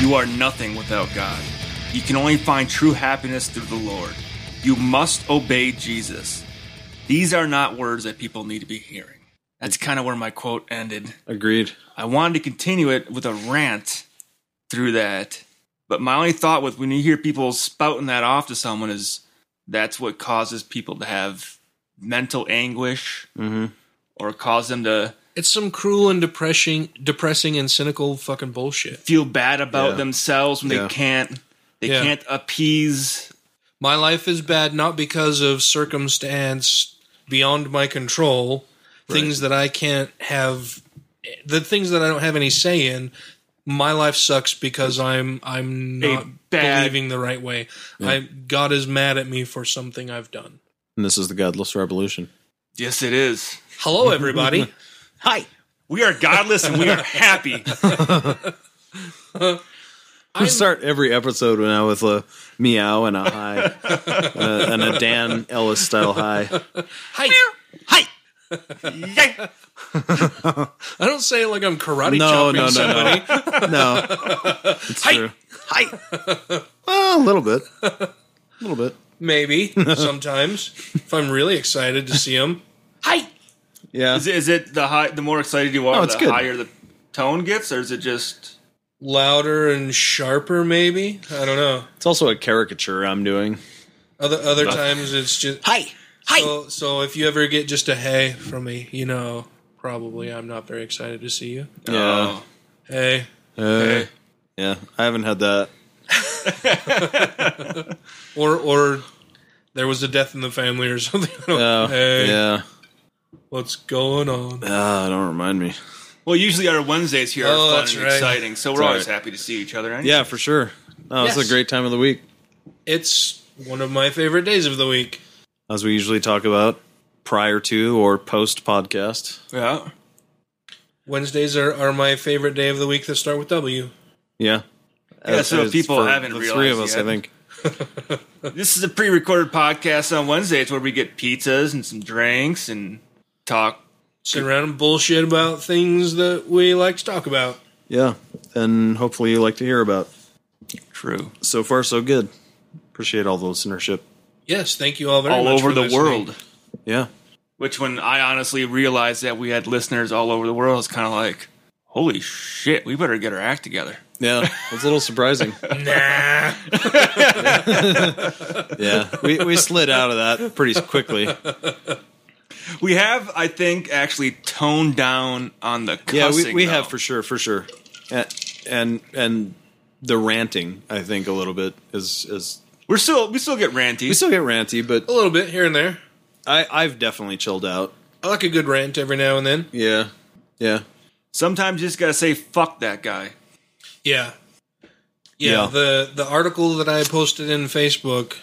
You are nothing without God. You can only find true happiness through the Lord. You must obey Jesus. These are not words that people need to be hearing. That's kind of where my quote ended. Agreed. I wanted to continue it with a rant through that, but my only thought with when you hear people spouting that off to someone is that's what causes people to have mental anguish Mm-hmm. or cause them to It's some cruel and depressing, depressing and cynical fucking bullshit. feel bad about Yeah. themselves when Yeah. they can't they Yeah. can't appease My life is bad not because of circumstance beyond my control, things that I can't have, the things that I don't have any say in. My life sucks because I'm I'm not bad- believing the right way. I God is mad at me for something I've done. And this is the Godless Revolution. yes it is Hello, everybody. Hi. we are godless and we are happy I start every episode now with a meow and a hi uh, and a Dan Ellis style hi. Hi. hi Yay. I don't say it like I'm karate No, chopping no, somebody. no, no, no. It's Hi. true. Hi. Well, a little bit. A little bit. Maybe sometimes if I'm really excited to see him. Hi. Yeah. is, it, is it the high the more excited you are Oh, No, the it's good. higher the tone gets or is it just Louder and sharper, maybe. I don't know. It's also a caricature I'm doing. Other other times it's just Hi. Hi. so, so if you ever get just a hey from me, you know, probably I'm not very excited to see you. yeah. oh, Hey. Uh, yeah. I haven't had that. Or or there was a death in the family or something. Oh, hey. Yeah. What's going on? Ah, don't remind me. well usually our wednesdays here are Oh, fun that's and right. exciting so we're That's always right. happy to see each other anyway. Yeah, for sure. No, it's Yes. a great time of the week, It's one of my favorite days of the week. as we usually talk about prior to or post podcast. yeah Wednesdays are, are my favorite day of the week that start with W. Yeah. Yeah, so people for haven't the three realized of us, yet. I think. This is a pre-recorded podcast on Wednesdays where we get pizzas and some drinks and talk. sit around and bullshit about things that we like to talk about. Yeah, and hopefully you like to hear about. True. So far, so good. Appreciate all the listenership. Yes, thank you all very All much. over for the listening. world. Yeah, Which when I honestly realized that we had listeners all over the world, it's kind of like, holy shit, we better get our act together. yeah, it's a little surprising. Nah, yeah, we we slid out of that pretty quickly. We have, I think, actually toned down on the cussing. Yeah, we, we though. have for sure, for sure, and, and and the ranting, I think, a little bit is is We're still we still get ranty. we still get ranty, but a little bit here and there. I I've definitely chilled out. I like a good rant every now and then. Yeah, yeah, Sometimes you just gotta say fuck that guy. Yeah. yeah, Yeah. The the article that I posted in Facebook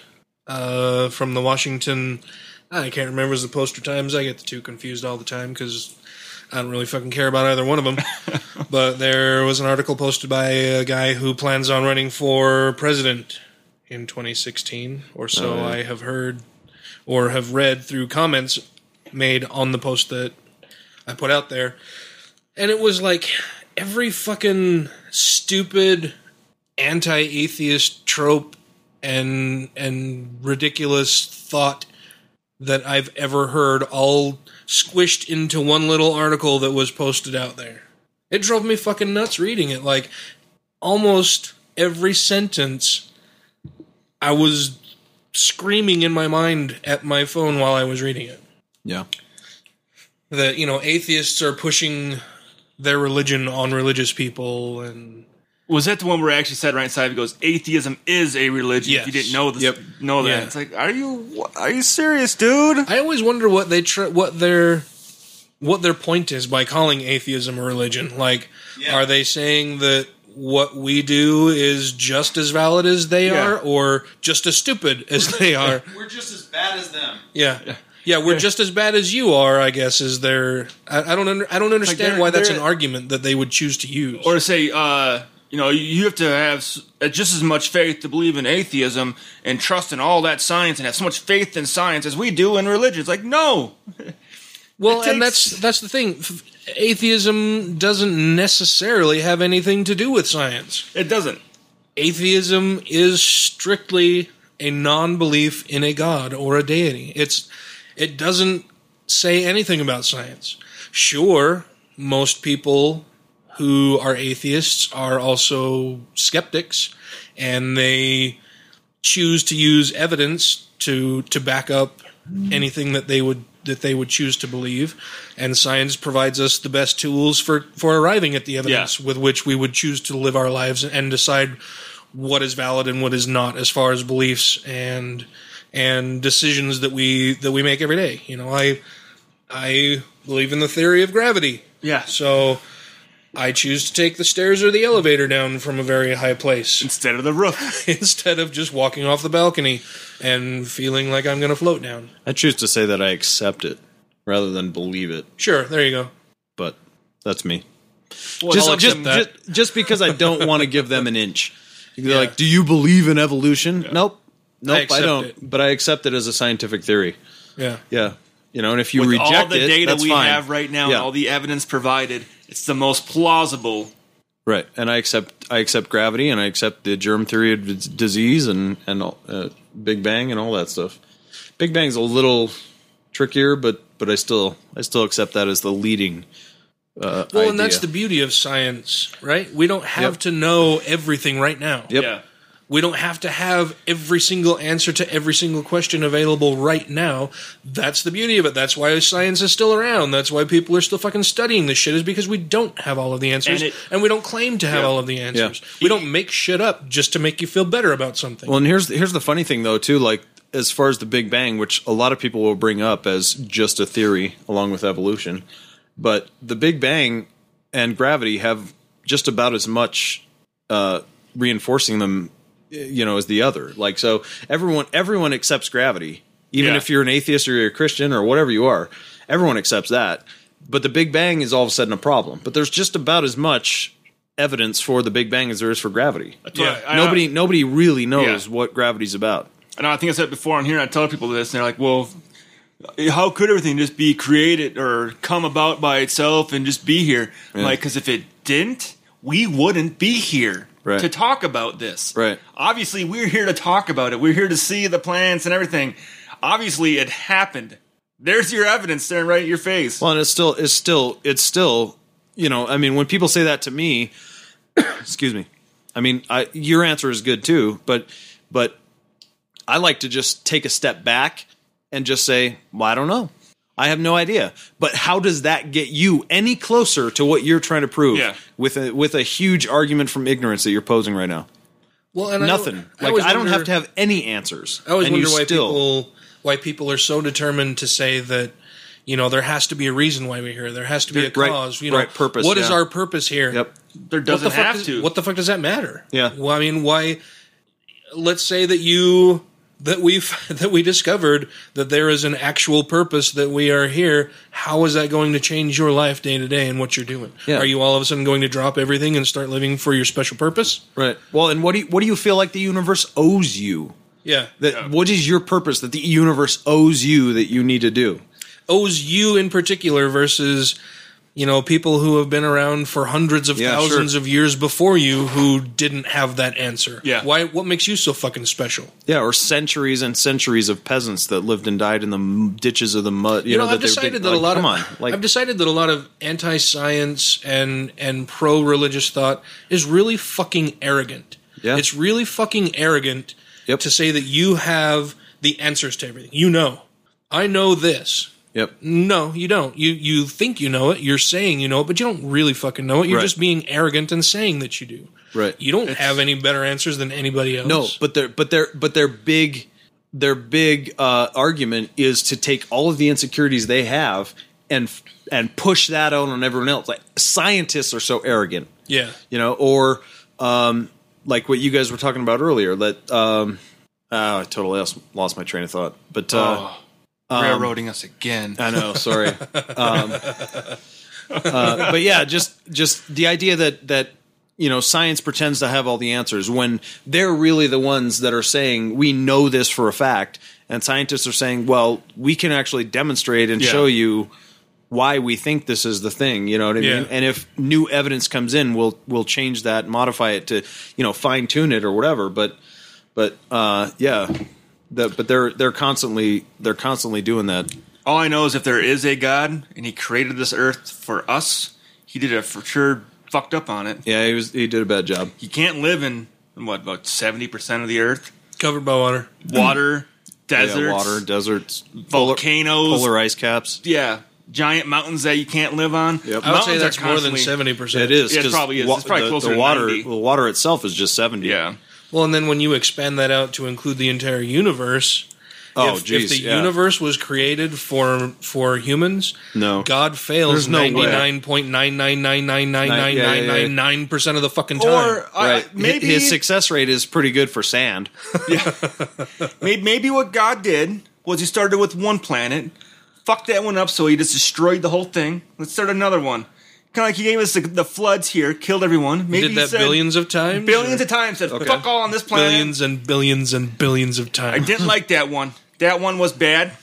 uh, from the Washington, I can't remember the Poster Times. I get the two confused all the time because I don't really fucking care about either one of them. but there was an article posted by a guy who plans on running for president in 2016, or so Oh, yeah. I have heard or have read through comments made on the post that I put out there. And it was like every fucking stupid anti atheist trope and and ridiculous thought that I've ever heard all squished into one little article that was posted out there. It drove me fucking nuts reading it. Like almost every sentence I was screaming in my mind at my phone while I was reading it yeah, that you know atheists are pushing their religion on religious people and Was that the one where I actually said right inside? He goes, "Atheism is a religion." If you Yes. didn't know this, Yep. know that. Yeah. It's like, are you are you serious, dude? I always wonder what they tr- what their what their point is by calling atheism a religion. Like, are they saying that what we do is just as valid as they Yeah. are, or just as stupid as they are? we're just as bad as them. Yeah. Yeah, we're just as bad as you are, I guess. Is there? I, I don't. Under, I don't understand they're- why that's they're- an argument that they would choose to use. or say, uh, you know, you have to have s- uh, just as much faith to believe in atheism and trust in all that science and have so much faith in science as we do in religion. It's like, no, Well, It and takes- that's that's the thing. F- Atheism doesn't necessarily have anything to do with science. it doesn't. atheism is strictly a non-belief in a god or a deity. It's it doesn't say anything about science. Sure, most people who are atheists are also skeptics and they choose to use evidence to to back up anything that they would that they would choose to believe and science provides us the best tools for for arriving at the evidence with which we would choose to live our lives and decide what is valid and what is not as far as beliefs and and decisions that we that we make every day you know i i believe in the theory of gravity Yeah. so I choose to take the stairs or the elevator down from a very high place Instead of the roof. instead of just walking off the balcony and feeling like I'm going to float down. I choose to say that I accept it rather than believe it, Sure, there you go. but that's me. Well, I'll just, accept just, that. just, just because I don't want to give them an inch. They're Yeah. like, "Do you believe in evolution?" Nope, nope, I, accept don't. it. But I accept it as a scientific theory. Yeah. Yeah, you know, and if you With reject all the it, data that's we fine. have right now Yeah. and all the evidence provided, it's the most plausible. right, and I accept I accept gravity, and I accept the germ theory of d- disease, and and all- uh, Big Bang, and all that stuff. Big Bang's a little trickier, but but I still I still accept that as the leading. Uh, Well, and that's the idea. beauty of science, right? We don't have Yep. to know everything right now. Yep. Yeah. We don't have to have every single answer to every single question available right now. That's the beauty of it. That's why science is still around. That's why people are still fucking studying this shit, is because we don't have all of the answers. And And, it- we don't claim to have all of the answers. We don't make shit up just to make you feel better about something. Well, and here's here's the funny thing though too. Like as far as the Big Bang, which a lot of people will bring up as just a theory along with evolution, but the Big Bang and gravity have just about as much uh, reinforcing them, you know, as the other. Like so, everyone everyone accepts gravity, even Yeah. if you're an atheist or you're a Christian or whatever you are. Everyone accepts that. But the Big Bang is all of a sudden a problem. But there's just about as much evidence for the Big Bang as there is for gravity Yeah. I- nobody nobody really knows Yeah. what gravity's about. and I think I said before on here, and I tell people this, and they're like, well, how could everything just be created or come about by itself and just be here? I'm Like, because if it didn't, we wouldn't be here Right. to talk about this. Right. Obviously, we're here to talk about it. We're here to see the plants and everything. Obviously, it happened. There's your evidence staring right at your face. Well, and it's still it's still it's still you know I mean when people say that to me, excuse me, I mean I, your answer is good too, but but I like to just take a step back and just say, well, I don't know. I have no idea. But how does that get you any closer to what you're trying to prove Yeah. with a with a huge argument from ignorance that you're posing right now? Well, and I don't- Nothing. I like always I don't wonder- have to have any answers. I always And you wonder why still- people why people are so determined to say that you know there has to be a reason why we're here. There has to be a Right, cause. You know, right, purpose, What is yeah. our purpose here? Yep. there doesn't what the fuck have does- to. What the fuck does that matter? Yeah. Well, I mean, why? Let's say that you that we that we discovered that there is an actual purpose that we are here. How is that going to change your life day to day and what you're doing? Yeah. Are you all of a sudden going to drop everything and start living for your special purpose? Right. Well, and what do you, what do you feel like the universe owes you? Yeah. That what is your purpose that the universe owes you that you need to do? owes you in particular versus you know people who have been around for hundreds of Yeah, thousands sure. of years before you who didn't have that answer Yeah. why what makes you so fucking special Yeah, or centuries and centuries of peasants that lived and died in the m- ditches of the mud. You, you know, know, that I've they were decided digging- that a like, lot Come of on, like I've decided that a lot of anti-science and and pro-religious thought is really fucking arrogant. Yeah. It's really fucking arrogant Yep. to say that you have the answers to everything. You know. I know this. yep, No, you don't. You you think you know it. You're saying you know it, but you don't really fucking know it. You're Right. just being arrogant and saying that you do. right. You don't have any better answers than anybody else. No, but their but their but their big their big uh, argument is to take all of the insecurities they have and and push that out on everyone else. Like scientists are so arrogant. yeah, you know, or um, like what you guys were talking about earlier. That um, oh, I totally lost, lost my train of thought. But uh, Oh, railroading us again. I know, sorry. um, uh, but yeah, just just the idea that that you know science pretends to have all the answers when they're really the ones that are saying we know this for a fact, and scientists are saying, well, we can actually demonstrate and Yeah. show you why we think this is the thing. You know what I Yeah. mean? And if new evidence comes in, we'll we'll change that, modify it to you know fine tune it or whatever. But but uh, yeah, the, but they're they're constantly they're constantly doing that. All I know is if there is a God and he created this earth for us, he did a for sure fucked up on it. Yeah, he was he did a bad job. He can't live in what about seventy percent of the earth? Covered by water. Water, deserts, yeah, water, deserts, volcanoes, polar ice caps. yeah, giant mountains that you can't live on. Yep. I would say Mountains that's are more than constantly- seventy percent. It is. Yeah, it 'cause probably is. It's probably the, closer the to water, 90. The water itself is just seventy. Yeah, Well, and then when you expand that out to include the entire universe, Oh, if, jeez. if the yeah. universe was created for for humans, No. God fails There's no way. ninety nine point nine nine nine nine nine nine nine nine nine percent of the fucking time. or I- Right. I- maybe his success rate is pretty good for sand. May- Maybe what God did was he started with one planet, fucked that one up, so he just destroyed the whole thing. Let's start another one. Kind of like he gave us the, the floods here, killed everyone. Maybe did he that said billions of times? billions or- of times. Said fuck all on this planet. billions and billions and billions of I times. didn't like that one. That one was bad.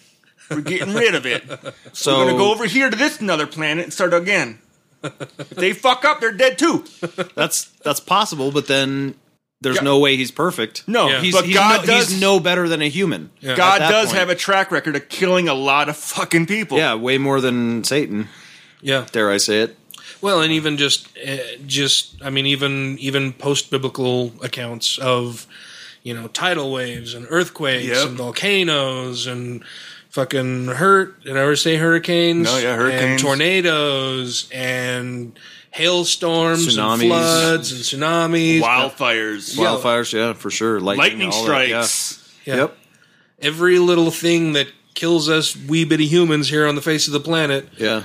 We're getting rid of it. So We're gonna go over here to this another planet and start again. If they fuck up, they're dead too. that's that's possible, but then there's Yeah. no way he's perfect. No, Yeah. he's, but he's God no, does. he's no better than a human. Yeah. God at that does point. have a track record of killing a lot of fucking people. Yeah, way more than Satan. Yeah. Dare I say it? Well, and even just, uh, just I mean, even even post biblical accounts of, you know, tidal waves and earthquakes Yep. and volcanoes and fucking hurt. Did I ever say hurricanes? No, yeah, And hurricanes. tornadoes and hailstorms and Tsunamis. floods and tsunamis. wildfires, Yeah. Wildfires, yeah, for sure. Lightning, lightning all that, yeah. strikes. Yeah. Yep. Every little thing that kills us wee bitty humans here on the face of the planet Yeah.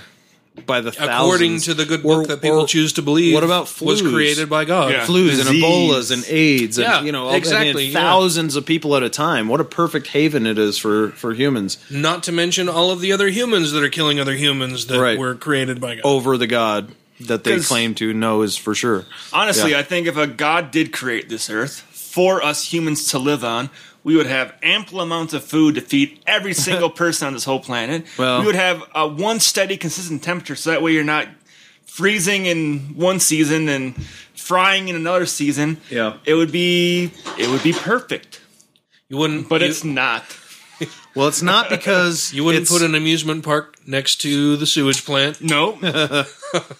By the according thousands. to the good Or- book that people or choose to believe what about was flus? created by god Yeah. Flus and Disease. Ebolas and AIDS and Yeah, you know all- I mean, exactly, yeah. thousands of people at a time. What a perfect haven it is for for humans not to mention all of the other humans that are killing other humans that Right. Oh, were created by god over the god that they 'Cause- claim to know is for sure. Honestly, Yeah. I think if a God did create this earth for us humans to live on, we would have ample amounts of food to feed every single person on this whole planet. Well- we would have uh, one steady, consistent temperature, so that way you're not freezing in one season and frying in another season. Yeah. it would be it would be perfect, you wouldn't but you, it's not. Well, it's not because you wouldn't it's- put an amusement park next to the sewage plant No,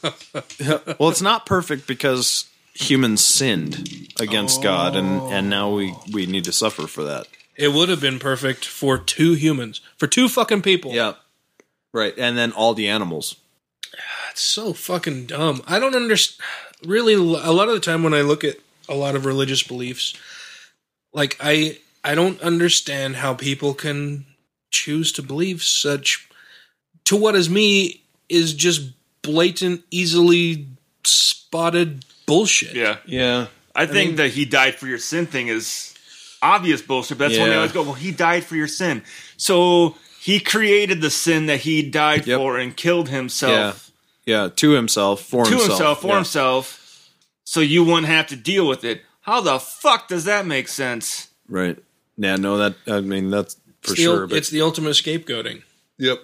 Well, it's not perfect because humans sinned against God, and and now we we need to suffer for that. it would have been perfect for two humans for two fucking people Yeah, right. And then all the animals. that's so fucking dumb i don't understand really a lot of the time when i look at a lot of religious beliefs like i i don't understand how people can choose to believe such to what is me is just blatant easily spotted bullshit yeah, Yeah, I think that he died for your sin thing is obvious bullshit. But that's when they Yeah. always go, well, he died for your sin. So he created the sin that he died Yep. for and killed himself yeah. To himself, for to himself, himself, for Yeah. himself. So you wouldn't have to deal with it. How the fuck does that make sense? Right. Yeah. No, that I mean that's for it's, the, sure. ul- But it's the ultimate scapegoating yep.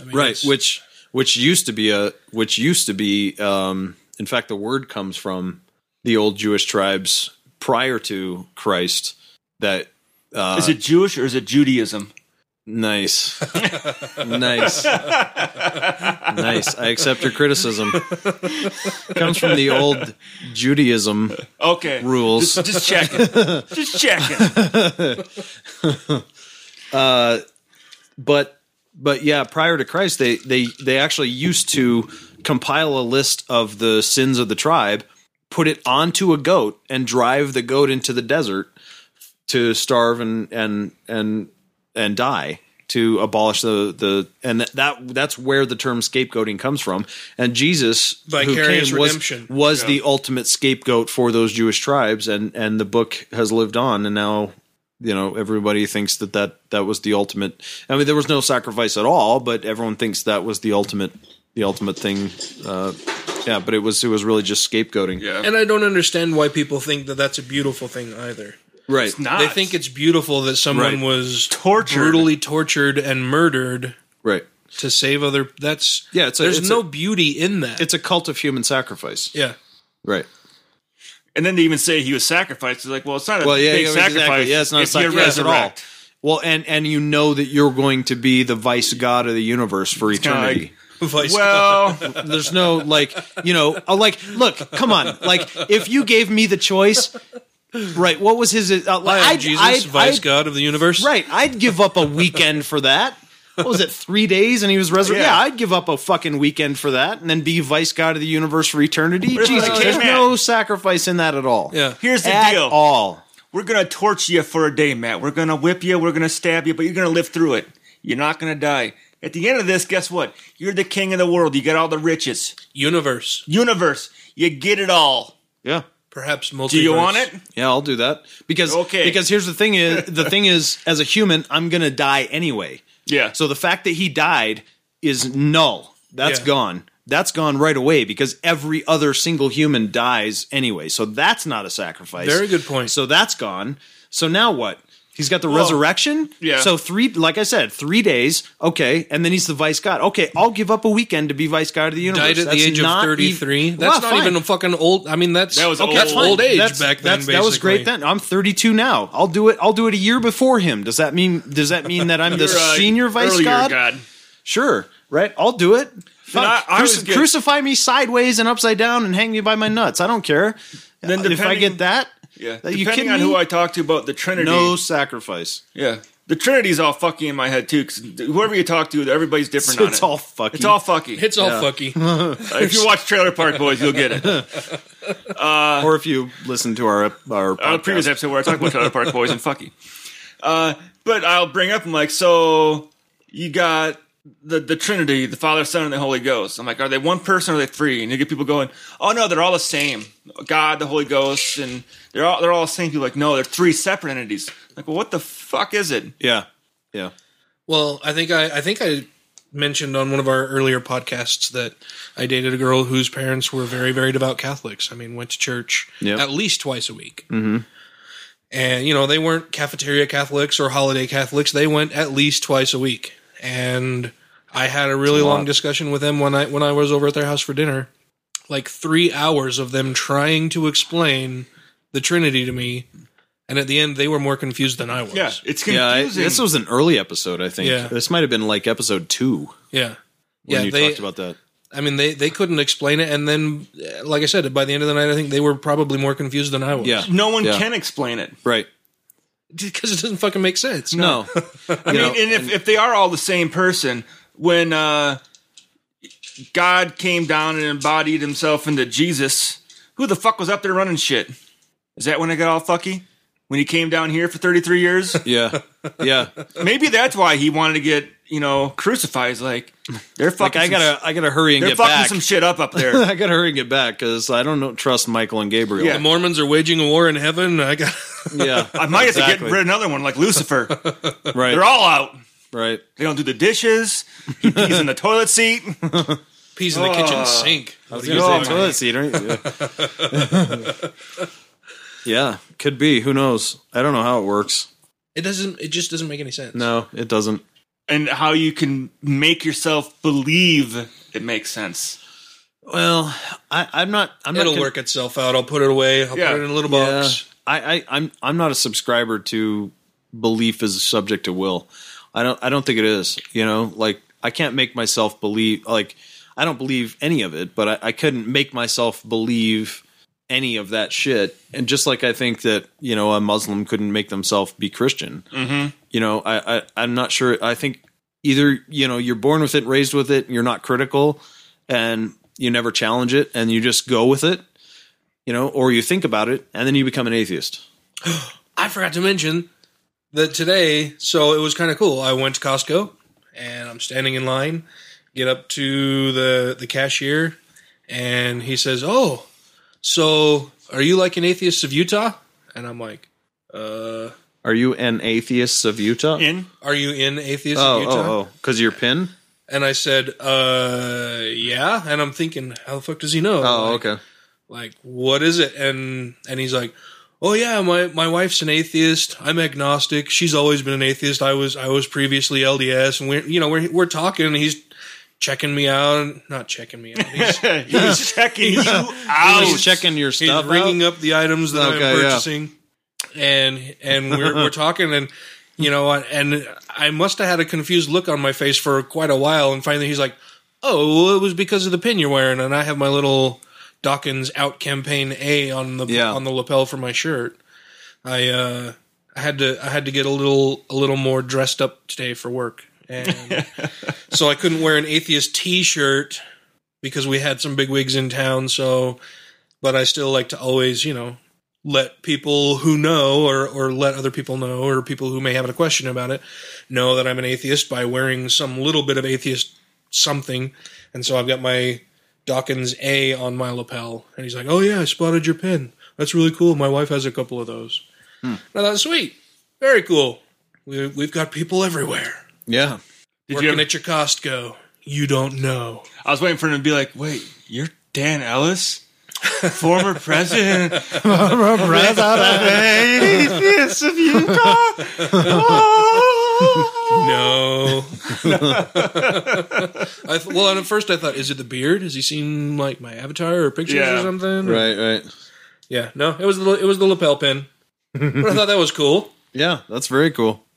I mean, Right. it's- Which which used to be a which used to be um, in fact the word comes from the old Jewish tribes prior to Christ that uh, Is it Jewish or is it Judaism? Nice. nice. nice. I accept your criticism. Comes from the old Judaism Okay. rules. Just, just checking. just checking. But but yeah, prior to Christ they they they actually used to compile a list of the sins of the tribe, put it onto a goat and drive the goat into the desert to starve and and and and die to abolish the the and that, that that's where the term scapegoating comes from and Jesus who Vicarious came was- redemption. was the ultimate scapegoat for those Jewish tribes and and the book has lived on and now you know everybody thinks that that that was the ultimate I mean there was no sacrifice at all but everyone thinks that was the ultimate the ultimate thing uh yeah but it was it was really just scapegoating Yeah. and i don't understand why people think that that's a beautiful thing either right Not. they think it's beautiful that someone Right. was Tortured. brutally tortured and murdered right to save other. That's Yeah, it's a- there's it's no a- beauty in that. It's a cult of human sacrifice. yeah, Right. And then to even say he was sacrificed, it's like, well, it's not a Well, yeah, big yeah, sacrifice. exactly. Yeah, it's not a if you're sacrifice at all. resurrect. Well, and and you know that you're going to be the vice god of the universe for kinda like- eternity. Vice Well, There's no like, you know, uh, like, look, come on, like, if you gave me the choice, right? What was his? Uh, I am I'd- Jesus, I'd- Vice I'd- God of the universe. Right. I'd give up a weekend for that. What was it, three days and he was resurrected? Yeah. Yeah. I'd give up a fucking weekend for that and then be vice god of the universe for eternity. But it's Jesus, like, there's hey, no sacrifice in that at all. Yeah. here's the at deal. all. We're going to torture you for a day, Matt. We're going to whip you. We're going to stab you, but you're going to live through it. You're not going to die. At the end of this, guess what? You're the king of the world. You got all the riches. Universe, Universe. You get it all. Yeah. perhaps multiverse. Do you want it? Yeah, I'll do that. Because Okay. because here's the thing is the thing is as a human, I'm gonna die anyway. Yeah. So the fact that he died is null. That's Yeah. gone. That's gone right away because every other single human dies anyway. So that's not a sacrifice. Very good point. So that's gone. So now what? He's got the resurrection. yeah. So three, like I said, three days. Okay, and then he's the vice god. Okay, I'll give up a weekend to be vice god of the universe. Died at That's the age of not ev- 33. Well, That's not fine. even a fucking old. I mean, that's That was okay, old. that's Fine. old age That's- back then. that's- that was basically. great then. I'm 32 now. I'll do it. I'll do it a year before him. Does that mean? Does that mean that I'm the You're, uh, senior vice earlier god? Sure. Right. I'll do it. Fuck. I- I Cruci- was good. crucify me sideways and upside down and hang me by my nuts. I don't care. Then And if I depending- get that, Yeah. Are you Depending kidding on me? who I talk to about the Trinity. no sacrifice. Yeah. The Trinity's all fucking in my head too, because whoever you talk to, everybody's different on it's it. all fucking. It's all fucking. It's all fucky. if you watch Trailer Park Boys, you'll get it. or if you listen to our our, Our podcast. Uh, previous episode where I talked about Trailer Park Boys and fucking. Uh, but I'll bring up, I'm like, so you got the, the Trinity, the Father, Son, and the Holy Ghost. I'm like, are they one person or are they three? And you get people going, oh no, they're all the same. God, the Holy Ghost, and they're all, they're all the same. People are like, no, they're three separate entities. I'm like, well, what the fuck is it? yeah, yeah. well, I think I, I think I mentioned on one of our earlier podcasts that I dated a girl whose parents were very, very devout Catholics. I mean, went to church Yep. at least twice a week. Mm-hmm. And you know, they weren't cafeteria Catholics or holiday Catholics. They went at least twice a week. And I had a really a long lot. discussion with them when I when I was over at their house for dinner. Like three hours of them trying to explain the Trinity to me. And at the end, they were more confused than I was. Yeah, it's confusing. Yeah, I- this was an early episode, I think. Yeah. This might have been like episode two Yeah. when yeah, you they, talked about that. I mean, they, they couldn't explain it. And then, uh, like I said, by the end of the night, I think they were probably more confused than I was. Yeah. no one Yeah. can explain it. Right. Because it doesn't fucking make sense. No. I mean, and if, if they are all the same person, when uh, God came down and embodied himself into Jesus, who the fuck was up there running shit? Is that when I got all fucky? When he came down here for 33 years? yeah. Yeah. Maybe that's why he wanted to get, you know, crucified. He's Like, they're Like fucking, I some, gotta, I gotta hurry and they're get fucking back. some shit up up there. I gotta hurry and get back because I don't know, trust Michael and Gabriel. Yeah. The Mormons are waging a war in heaven. I got. yeah. I might have to Exactly. get rid of another one like Lucifer. right. They're all out. right. They don't do the dishes. He pees in the toilet seat. Peas in the Ah. kitchen sink. I was you gonna say doing? toilet seat. aren't you? yeah, could be. Who knows? I don't know how it works. It doesn't. It just doesn't make any sense. No, it doesn't. And how you can make yourself believe it makes sense. Well, I, I'm not. I'm it'll not con- work itself out. I'll put it away. I'll Yeah. put it in a little Yeah, box. I, I, I'm, I'm not a subscriber to belief is subject to will. I don't, I don't think it is. You know, like I can't make myself believe. Like I don't believe any of it, but I, I couldn't make myself believe any of that shit. And just like I think that you know a Muslim couldn't make themselves be Christian. You know, I, I, I'm not sure. I think either you know you're born with it, raised with it, and you're not critical, and you never challenge it, and you just go with it you know, or you think about it and then you become an atheist. I forgot to mention that today. So it was kind of cool. I went to Costco and I'm standing in line. Get up to the the cashier, and he says, "Oh, so are you like an atheist of Utah?" And I'm like, "Uh, Are you an atheist of Utah? In are you in atheist oh, of Utah?" oh, oh, because your pin. And I said, "Uh, yeah." And I'm thinking, "How the fuck does he know?" Oh, Like, okay. like what is it and and he's like oh yeah, my, my wife's an atheist. I'm agnostic. She's always been an atheist. I was I was previously LDS, and we're you know we're we're talking. And he's checking me out, and- not checking me out. He's, he was checking you I out. was checking your he's stuff. ringing out. up the items that Okay, I'm yeah. purchasing, and and we're we're talking, and you know, I- and I must have had a confused look on my face for quite a while, and finally he's like, "Oh, well, it was because of the pin you're wearing," and I have my little Dawkins out campaign A on the Yeah. on the lapel for my shirt. I uh, I had to I had to get a little a little more dressed up today for work, and so I couldn't wear an atheist T-shirt because we had some big wigs in town. So, but I still like to always, you know, let people who know or or let other people know or people who may have a question about it know that I'm an atheist by wearing some little bit of atheist something. And so I've got my Dawkins A on my lapel, and he's like, "Oh yeah, I spotted your pin. That's really cool. My wife has a couple of those. Hmm. Now that's sweet. Very cool. We, we've got people everywhere Yeah. Did working you ever- at your Costco. You don't know." I was waiting for him to be like, wait, you're Dan Ellis? Former president. Former president. Atheist of Utah. Oh. No. I th- well, and at first I thought, is it the beard? Has he seen like my avatar or pictures or Yeah. something? Right. Right. Yeah. No, it was the it was the lapel pin. but I thought that was cool. Yeah. That's very cool.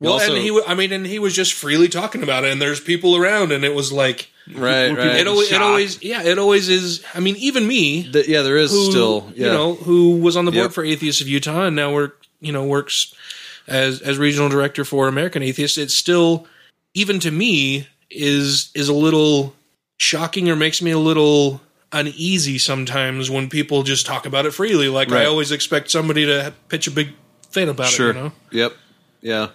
You Well, also- and he, wa- I mean, and he was just freely talking about it, and there's people around, and it was like right. Were people- Right. it. Always, it shocked. always, yeah, it always is. I mean, even me, Th- yeah. There is who, still. Yeah. you know, who was on the board Yep. for Atheists of Utah, and now work, you know, works as as regional director for American Atheists. It's still, even to me, is is a little shocking or makes me a little uneasy sometimes when people just talk about it freely. Like I Right. always expect somebody to pitch a big thing about sure. it. You know, Yep. Yeah.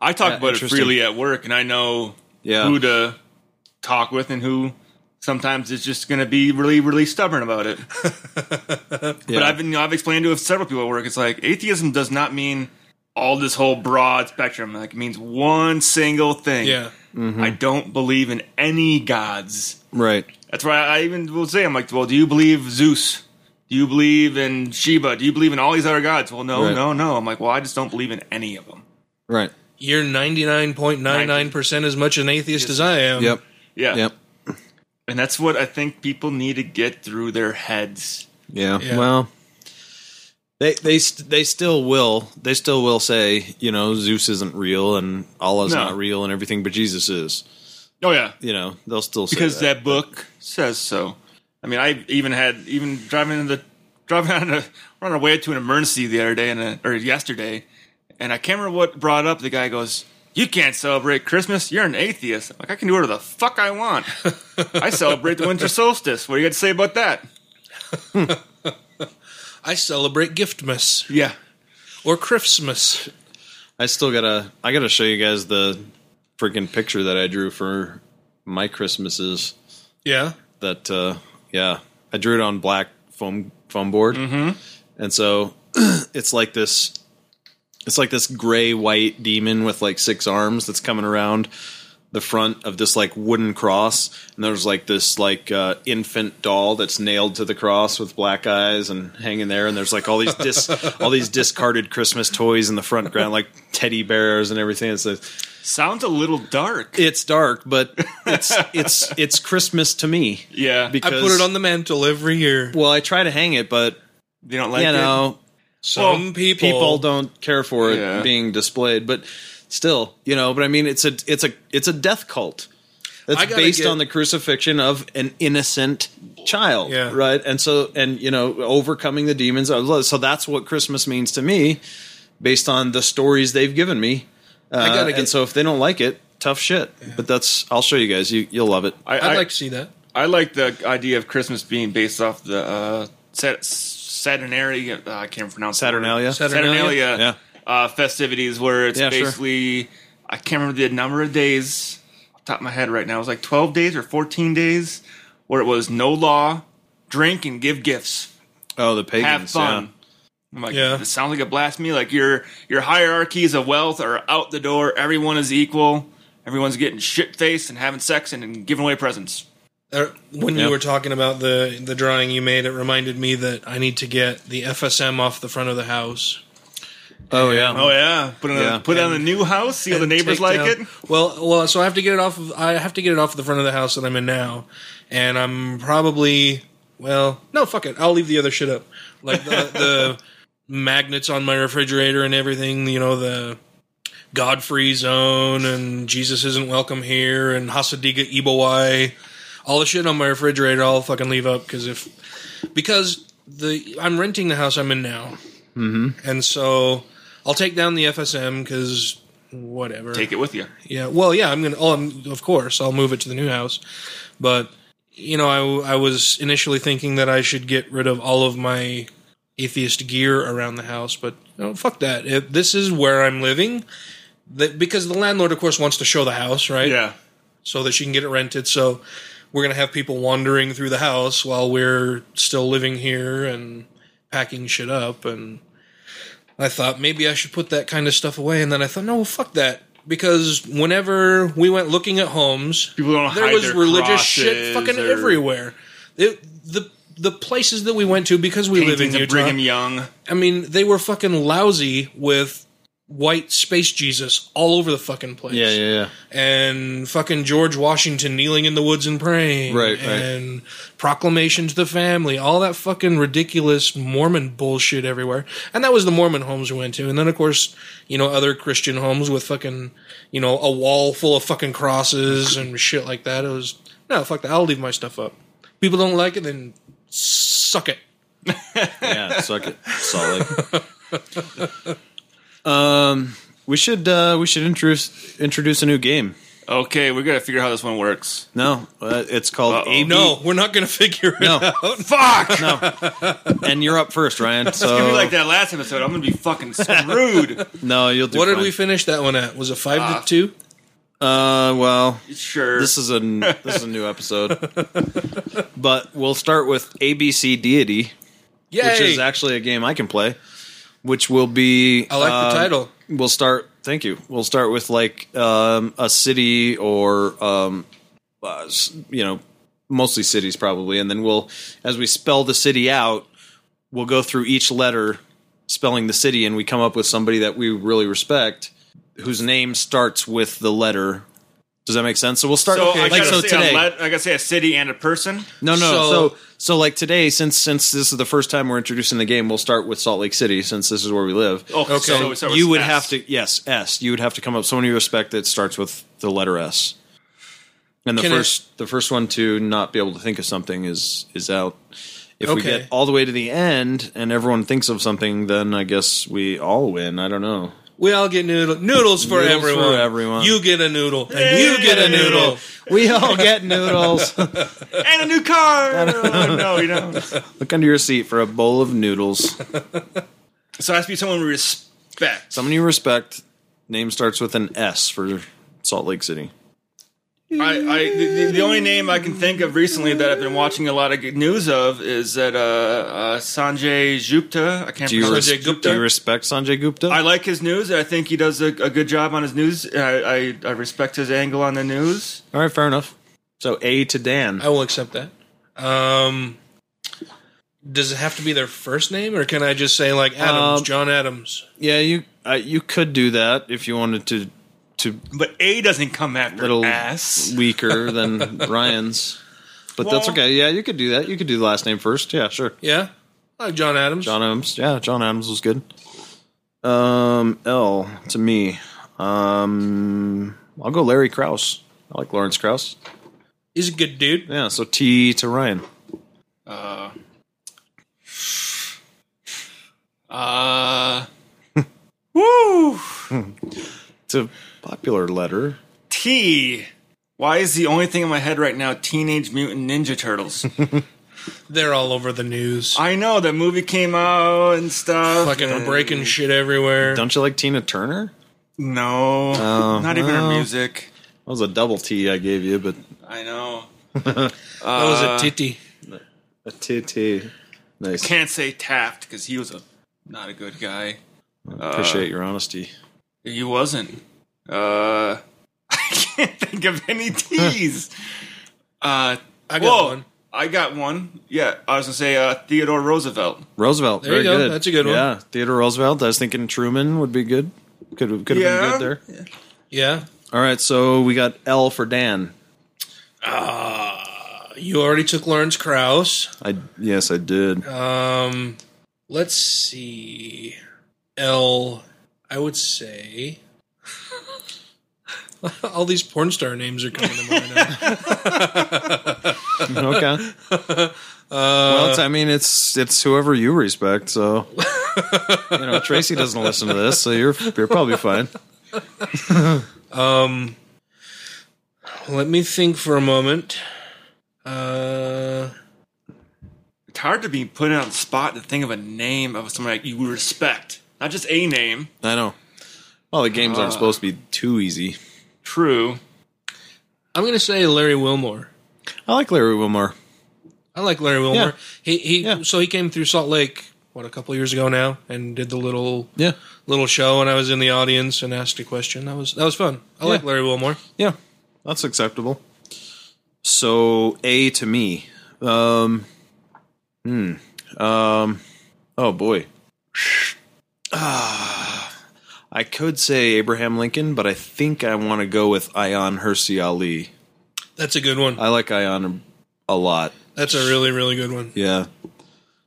I talk Yeah, about it interesting. freely at work, and I know Yeah. who to talk with and who sometimes is just going to be really, really stubborn about it. yeah. But I've been, you know, I've explained to several people at work, it's like atheism does not mean all this whole broad spectrum. Like it means one single thing. yeah. I don't believe in any gods. right. That's why I even will say, I'm like, well, do you believe Zeus? Do you believe in Sheba? Do you believe in all these other gods? Well, no, Right. no, no. I'm like, well, I just don't believe in any of them. Right. You're ninety nine point nine nine percent as much an atheist as I am. Yep. Yeah. Yep. And that's what I think people need to get through their heads. Yeah. Yeah. Well, they they st- they still will they still will say you know Zeus isn't real and Allah's No. not real and everything, but Jesus is. Oh, yeah. You know they'll still say Because that. that book says so. I mean, I even had, even driving in the, driving on a, we're on our way to an emergency the other day, and a, or yesterday, and I can't remember what brought up. The guy goes, You can't celebrate Christmas. You're an atheist. I'm like, I can do whatever the fuck I want. I celebrate the winter solstice. What do you got to say about that? I celebrate Giftmas Yeah. or Christmas. I still gotta I gotta show you guys the freaking picture that I drew for my Christmases. Yeah. That uh, yeah, I drew it on black foam foam board, and so it's like this. It's like this gray white demon with like six arms that's coming around the front of this like wooden cross, and there's like this like uh, infant doll that's nailed to the cross with black eyes and hanging there, and there's like all these dis- all these discarded Christmas toys in the front ground, like teddy bears and everything. It's like, Sounds a little dark. it's dark, but it's it's it's Christmas to me. Yeah. Because I put it on the mantle every year. Well, I try to hang it, but they don't like you it. know, Some people, people don't care for it Yeah. being displayed. But still, you know. But I mean, it's a it's a it's a death cult. That's I gotta based get- on the crucifixion of an innocent child, Yeah. right? And so, and you know, overcoming the demons. So that's what Christmas means to me, based on the stories they've given me. Uh, gotta and get- so, if they don't like it, tough shit. But that's I'll show you guys. You you'll love it. I, I'd I, like to see that. I like the idea of Christmas being based off the uh, Sat- Saturnalia. Uh, I can't pronounce the word. Saturnalia. Saturnalia, Yeah. uh, festivities where it's Yeah, sure. basically I can't remember the number of days off the top of my head right now. It was like twelve days or fourteen days where it was no law, drink and give gifts, Oh, the pagans. have fun. yeah. I'm like, Yeah. it sounds like a blast to me. Like your your hierarchies of wealth are out the door. Everyone is equal. Everyone's getting shit faced and having sex and, and giving away presents. Uh, when Yeah. you were talking about the the drawing you made, it reminded me that I need to get the FSM off the front of the house. Oh yeah. Oh yeah, put it on, Yeah. put it on a new house. See how the and neighbors take like down- it. Well, well, so I have to get it off. Of, I have to get it off the front of the house that I'm in now, and I'm probably well. No, fuck it. I'll leave the other shit up, like the, the magnets on my refrigerator and everything. You know the Godfrey Zone and Jesus isn't welcome here and Hasadiga Ibowai. All the shit on my refrigerator, I'll fucking leave up because if because the I'm renting the house I'm in now, mm-hmm. and so I'll take down the FSM because whatever. Take it with you. Yeah. Well, yeah. I'm gonna. Oh, I'm, of course, I'll move it to the new house. But you know, I w- I was initially thinking that I should get rid of all of my atheist gear around the house, but no, fuck that. If this is where I'm living. That, because the landlord, of course, wants to show the house, right? Yeah, So that she can get it rented. So we're gonna have people wandering through the house while we're still living here and packing shit up. And I thought maybe I should put that kind of stuff away. And then I thought, no, fuck that. Because whenever we went looking at homes, people don't. there hide was their religious crosses shit fucking or everywhere. It, the the places that we went to because we live in Paintings of Utah. Brigham Young. I mean, they were fucking lousy with white space Jesus all over the fucking place. Yeah, yeah, And fucking George Washington kneeling in the woods and praying. Right, right. And proclamation to the family, all that fucking ridiculous Mormon bullshit everywhere. And that was the Mormon homes we went to. And then of course, you know, other Christian homes with fucking, you know, a wall full of fucking crosses and shit like that. It was no, fuck that. I'll leave my stuff up. People don't like it, then suck it. yeah. Yeah, suck it. Solid. um we should uh we should introduce introduce a new game. Okay, we gotta figure out how this one works. No, uh, it's called Uh-oh. AB. No, we're not going to figure it No. out. Fuck! and you're up first, Ryan. So Uh, Gonna be like that last episode. I'm gonna be fucking screwed. no, you'll do. What did fine. we finish that one at? Was it five Ah. to two? Uh, well, sure. this is a this is a new episode, but we'll start with ABC Deity, Yay! which is actually a game I can play. Which will be I like um, the title. We'll start. Thank you. We'll start with like um, a city or um, uh, s- you know mostly cities probably, and then we'll as we spell the city out, we'll go through each letter spelling the city, and we come up with somebody that we really respect whose name starts with the letter. Does that make sense? So we'll start so I like gotta so say today. A let, I gotta say a city and a person. No, no. So, So- so, like today, since since this is the first time we're introducing the game, we'll start with Salt Lake City, since this is where we live. Okay, so we start with you would S. have to yes, S. You would have to come up with someone you respect that starts with the letter S. And the Can I- first the first one to not be able to think of something is is out. If we Okay. get all the way to the end and everyone thinks of something, then I guess we all win. I don't know. We all get noodle noodles for Noodles for everyone. everyone. You get a noodle, and you get a noodle. We all get noodles. and a new car. oh, no, you know. So Look under your seat for a bowl of noodles. it has to be someone we respect. Someone you respect. Name starts with an S for Salt Lake City. I, I the, the only name I can think of recently that I've been watching a lot of good news of is that uh, uh, Sanjay Gupta. I can't Do you, pronounce res- his Sanjay Gupta? do you respect Sanjay Gupta? I like his news. I think he does a, a good job on his news. I, I, I respect his angle on the news. All right, fair enough. So A to Dan. I will accept that. Um, does it have to be their first name, or can I just say like Adams, Um, John Adams? yeah, you uh, you could do that if you wanted to. To But A doesn't come after little ass. weaker than Ryan's, but that's Well- okay. Yeah, you could do that. You could do the last name first. Yeah, sure. Yeah, I like John Adams. John Adams. Yeah, John Adams was good. Um, L to me. Um, I'll go Larry Krause. I like Lawrence Krause. He's a good dude. Yeah, so T to Ryan. Uh, uh, woo! It's a popular letter. T. Why is the only thing in my head right now Teenage Mutant Ninja Turtles? They're all over the news. I know that movie came out and stuff. Fucking and- breaking shit everywhere. Don't you like Tina Turner? No, Oh, not even well. her music. That was a double T I gave you, but I know. That was a titty. a T T. Nice. Can't say Taft because he was a not a good guy. uh, Appreciate your honesty. He wasn't. Uh, I can't think of any T's. uh, I got Whoa, one. I got one. Yeah, I was gonna say uh, Theodore Roosevelt. Roosevelt. There you very go. good. That's a good one. Yeah, Theodore Roosevelt. I was thinking Truman would be good. Could could have been Yeah. good there. Yeah. All right, so we got L for Dan. You already took Lawrence Krauss. I yes, I did. Um, let's see. L, I would say. All these porn star names are coming to mind. now. okay. well, uh, it's, I mean, it's it's whoever you respect. So you know, Tracy doesn't listen to this, so you're you're probably fine. Let me think for a moment. Uh, It's hard to be put on the spot to think of a name of someone like you respect, not just a name. I know. Well, the games Uh, aren't supposed to be too easy. True. I'm going to say Larry Wilmore. I like Larry Wilmore. I like Larry Wilmore. Yeah. He he. Yeah. So he came through Salt Lake what a couple of years ago now, and did the little Yeah, little show, and I was in the audience and asked a question. That was that was fun. I like Yeah. Larry Wilmore. yeah, that's acceptable. So A to me. Um, hmm. Um. Oh boy. Ah, I could say Abraham Lincoln, but I think I want to go with Ion Hersey Ali. That's a good one. I like Ion a lot. That's a really really good one. Yeah.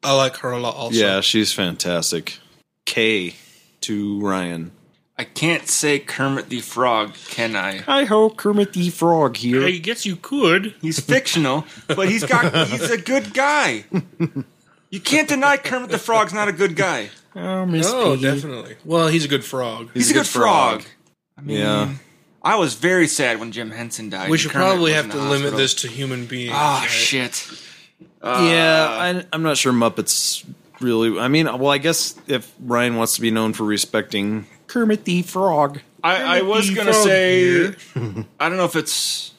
I like her a lot. Also, Yeah, she's fantastic. K to Ryan. I can't say Kermit the Frog, can I? Hi ho, Kermit the Frog here. guess you could. He's fictional, but he's got he's a good guy. You can't deny Kermit the Frog's not a good guy. Oh, Miss Oh, definitely. Well, he's a good frog. He's, a good, frog. Yeah. I was very sad when Jim Henson died. We and should Kermit probably was have in to the limit hospital. this to human beings. Oh right? shit! Uh, yeah, I, I'm not sure Muppets really. I mean, well, I guess if Ryan wants to be known for respecting Kermit the Frog, I, I was Kermit the gonna Frog say here. I don't know if it's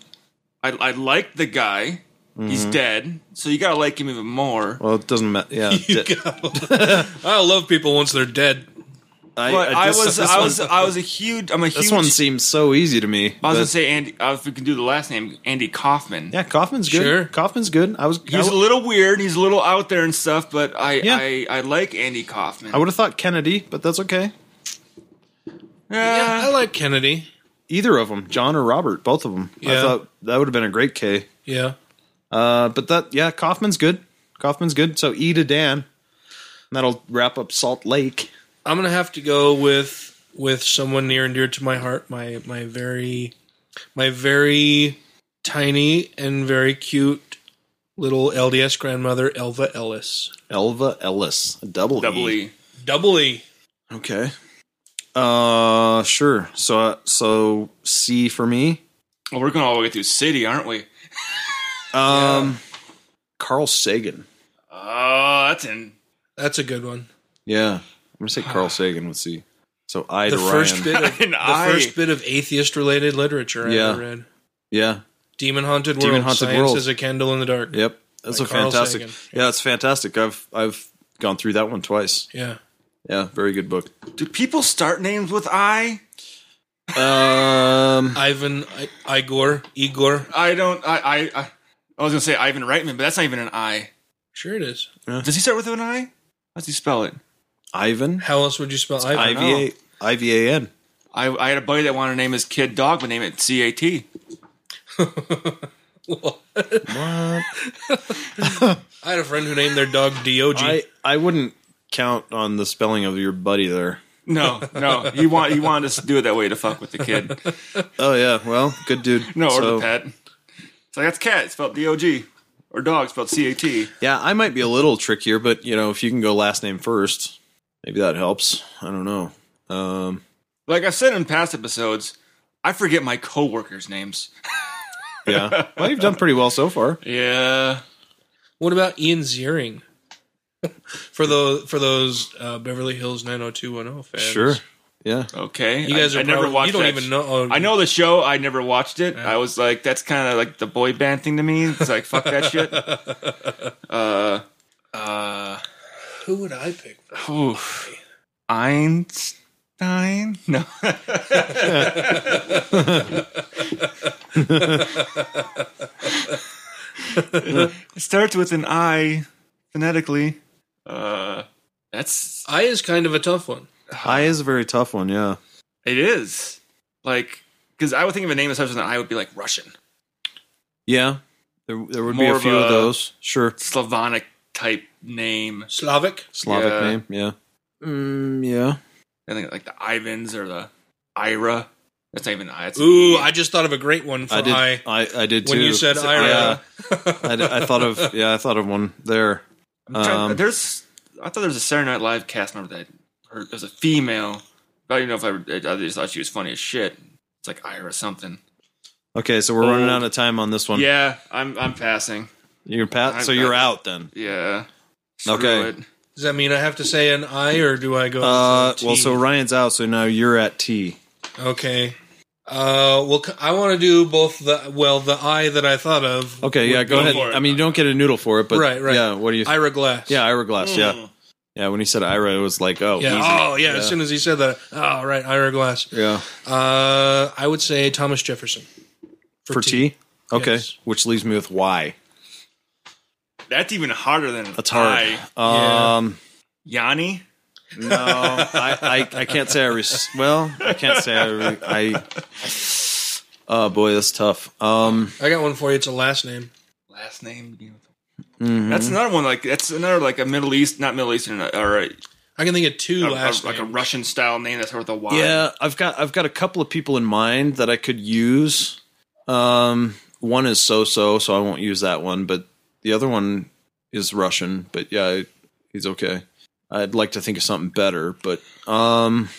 I I like the guy. He's Mm-hmm. dead, so you gotta like him even more. well, it doesn't matter. Yeah, You di- go. I love people once they're dead. I, But I, this- was this I one- was I was a huge I'm a huge This one seems so easy to I me. was but- gonna say Andy uh, if we can do the last name Andy Kaufman. yeah, Kaufman's good. Sure. Kaufman's good. I was. I, He's a little weird. He's a little out there and stuff, but I Yeah. I, I like Andy Kaufman. would have thought Kennedy, but that's okay. Yeah, I yeah, like Kennedy. Either of them, John or Robert, both of them. I Yeah. thought that would have been a great K. Yeah. Uh, but that, yeah, Kaufman's good. Kaufman's good. So E to Dan. And that'll wrap up Salt Lake. I'm gonna have to go with with someone near and dear to my heart, my my very my very tiny and very cute little LDS grandmother, Elva Ellis. Elva Ellis, a double, double E. Doubly. Okay. Uh, sure. So, uh, so C for me. Well, we're going all the way through city, aren't we? Um, Carl Sagan. Oh, that's in. That's a good one. Yeah, I'm gonna say Carl Sagan with C. So I The to Ryan. first bit of An the eye. first bit of atheist related literature I Yeah. ever read. Yeah. Demon Haunted World. Demon Haunted Science World. is a candle in the dark. Yep. That's By a Carl fantastic. Sagan. Yeah, it's fantastic. I've I've gone through that one twice. Yeah. Yeah, very good book. Do people start names with I? Um, Ivan I, Igor. Igor. I don't. I. I. I, I was going to say Ivan Reitman, but that's not even an I. Sure it is. Does he start with an I? How does he spell it? Ivan. How else would you spell Ivan? I V A I V A N. I, I had a buddy that wanted to name his kid dog, but name it C A T. What? I had a friend who named their dog Dog. I I wouldn't count on the spelling of your buddy there. No, no. He want he wanted us to do it that way to fuck with the kid. Oh yeah, well, good dude. No, or So, the pet. It's like that's cat spelled D O G, or dog spelled C A T. Yeah, I might be a little trickier, but you know, if you can go last name first, maybe that helps. I don't know. Um, Like I've said in past episodes, I forget my coworkers' names. yeah. well, you've done pretty well so far. Yeah. What about Ian Ziering? for the for those uh, Beverly Hills 90210 fans, Sure. Yeah. Okay. You guys I, are I never probably- watched. you don't that even sh- know- oh, I know the show. I never watched it. I was like, that's kind of like the boy band thing to me. It's like fuck that shit. Who would I pick? Oof. Einstein? No. It starts with an I phonetically. Uh, that's I is kind of a tough one. I is a very tough one. Yeah. it is like because I would think of a name as such as an I would be like Russian, Yeah. There, there would More be a of few of, a- those. Sure. Slavonic type name. Slavic. Slavic Yeah. name. Yeah. Mm, yeah. I think like the Ivans or the Ira. That's not even an I. That's an Ooh, E. I just thought of a great one for I did. I. I, I, did too. When you said Ira, Yeah. I, d- I thought of yeah. I thought of one there. I'm trying- Um, there's, I thought there was a Saturday Night Live cast member that or it was a female. I don't even know if I, I just thought she was funny as shit. It's like Ira something. Okay, so we're running Old. out of time on this one. Yeah, I'm I'm passing. You're I- pat. So you're I- out then. Yeah. Screw Okay. it. does that mean I have to say an I or do I go? Uh, with a T? well, so Ryan's out. So now you're at T. okay. Uh, well, c- I want to do both the well the I that I thought of. Okay, yeah. would Go be ahead. for it. I mean, you don't get a noodle for it, but Right, right. Yeah. What do you? think? Ira Glass. yeah, Ira Glass. Yeah, Mm. yeah. When he said Ira, it was like, oh, Yeah. easy. Oh, yeah, As soon as he said that, oh, right, Ira Glass. yeah. Uh, I would say Thomas Jefferson For T. Okay, Yes. which leaves me with Y. That's even harder than That's hard. I. Um, Yanni. no, I, I, I can't say I. Res- well, I can't say I. Re- I. Oh boy, that's tough. Um, I got one for you. It's a last name. Last name. begin with- That's Mm-hmm. another one. Like that's another like a Middle East, not Middle Eastern, uh, or a, I can think of two a- last like a names. Russian style name that's worth a Y. Yeah, I've got I've got a couple of people in mind that I could use. Um, one is so so, so I won't use that one. But the other one is Russian. But yeah, I- he's okay. I'd like to think of something better, but um,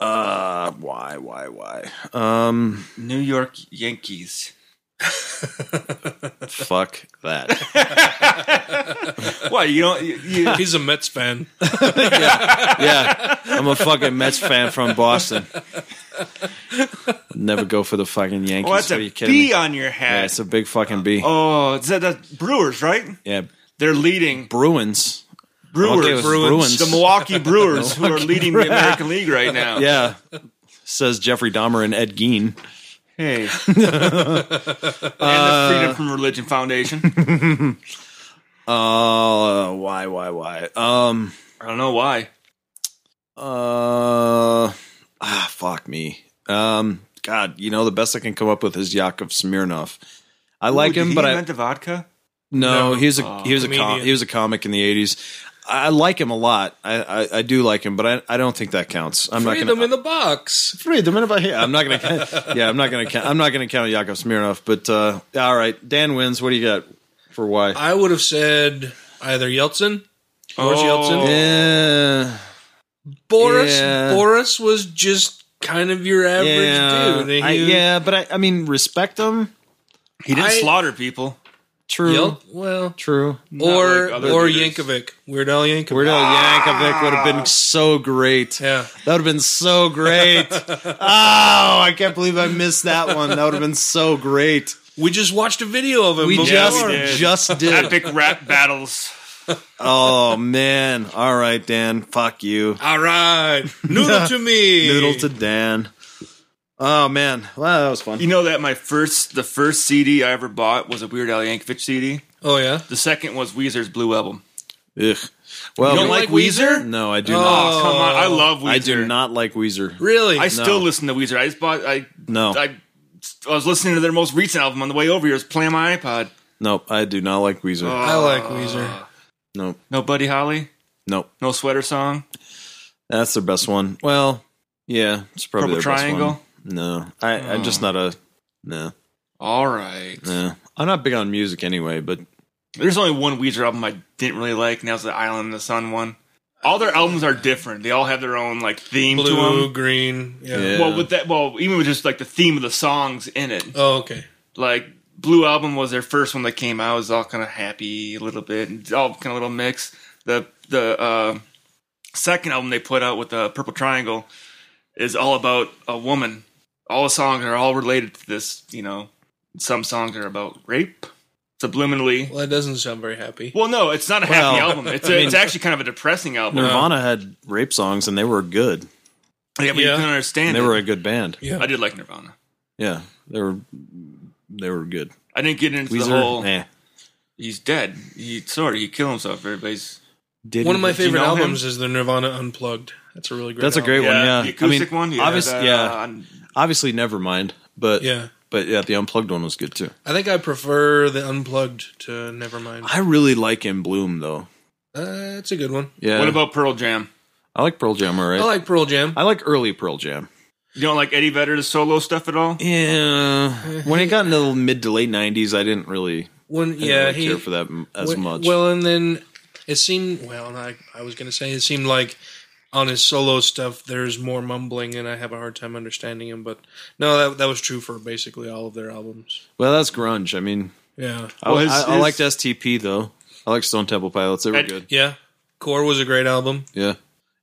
uh, why why why? Um, New York Yankees. fuck that. Why you don't? You, you, He's a Mets fan. yeah, I'm a fucking Mets fan from Boston. Never go for the fucking Yankees. oh, that's Are a you kidding me? B on your Yeah, hat. it's a big fucking B. oh, is that, that's Brewers, right? Yeah, They're leading Bruins. Brewers, Okay, it was Bruins, Bruins. the Milwaukee Brewers, who are leading the American League right now. Yeah. Says Jeffrey Dahmer and Ed Gein. Hey, and the Freedom from Religion Foundation. Uh, why, why, why? Um, I don't know why. uh, ah, fuck me. Um, God, you know, the best I can come up with is Yakov Smirnov. I like Ooh, him, did but he I, invent the vodka. No, he was a he was a com- comedian. he was a comic in the eighties. I I like him a lot. I, I, I do like him, but I, I don't think that counts. I'm Freedom not gonna in the box. freedom in about here. I'm not gonna count, yeah. I'm not gonna count. I'm not gonna count Yakov Smirnov. But uh, all right, Dan wins. What do you got for why? I would have said either Yeltsin. Oh, Boris Yeltsin. Yeah, Boris. Yeah. Boris was just kind of your average yeah, dude. He- I- yeah. But I, I mean, respect him. He didn't I- slaughter people. True, Yel- well, true. Not or like other or leaders. Yankovic. Weird Al Yankovic. Weirdo Yankovic would have been so great. Yeah. That would have been so great. oh, I can't believe I missed that one. That would have been so great. We just watched a video of him. We before. just we did. just did. Epic rap battles. Oh man. All right, Dan. Fuck you. All right. Noodle to me. Noodle to Dan. Oh man. Wow, that was You fun. know that my first, the first CD I ever bought was a Weird Al Yankovic CD. Oh yeah. The second was Weezer's Blue Album. Ugh. Well, You don't like Weezer? No, I do Oh, not. come on! I love Weezer. I do not like Weezer. Really? I still listen to Weezer. I just bought. I No. I, I was listening to their most recent album on the way over here. It was playing my iPod. Nope, I do not like Weezer. I like Weezer. Nope. No Buddy Holly. Nope. No sweater song. That's their best one. Well, yeah, it's Purple probably their Triangle? best one. No, I, I'm just not a no. All right. No, I'm not big on music anyway. But There's only one Weezer album I didn't really like, and that was the Island in the Sun one. All their albums are different. They all have their own like theme to Blue, them. green. Yeah. Yeah. Well, with that, well, even with just like the theme of the songs in it, Oh, okay. like Blue Album was their first one that came out. It was all kind of happy, a little bit, and all kind of little mix. The the uh, second album they put out with the Purple Triangle is all about a woman. All the songs are all related to this. You know, some songs are about rape subliminally. Well, that doesn't sound very happy. Well, no, it's not a happy Well, album. It's a, it's actually kind of a depressing album. Nirvana had rape songs, and they were good. Yeah, but you Yeah. can understand. They it. were a good band. Yeah. I did like Nirvana. Yeah, they were they were good. I didn't get into the Weezer, eh. whole. nah. He's dead. He sorry, he killed himself. Everybody's Did One of he? my you favorite know him? albums is the Nirvana Unplugged. That's a really great. That's a great album. one. Yeah, the acoustic I mean, one. Yeah, obvious- the, yeah. uh, obviously, never mind. But Yeah, but yeah, the unplugged one was good too. I think I prefer the Unplugged to Nevermind. I really like In Bloom though. That's a good one. Yeah, What about Pearl Jam? I like Pearl Jam. All right, I like Pearl Jam. I like early Pearl Jam. You don't like Eddie Vedder's solo stuff at all? Yeah, when it got into the mid to late '90s, I didn't really, I When didn't yeah, really he care for that m- as Well- much. Well, and then it seemed well. and I I was going to say it seemed like on his solo stuff there's more mumbling, and I have a hard time understanding him. But no, that that was true for basically all of their albums. well, that's grunge. I mean, Yeah, I, Well, his- I, I his- liked STP though. I liked Stone Temple Pilots. They were Ed- good. yeah. Core was a great album. Yeah.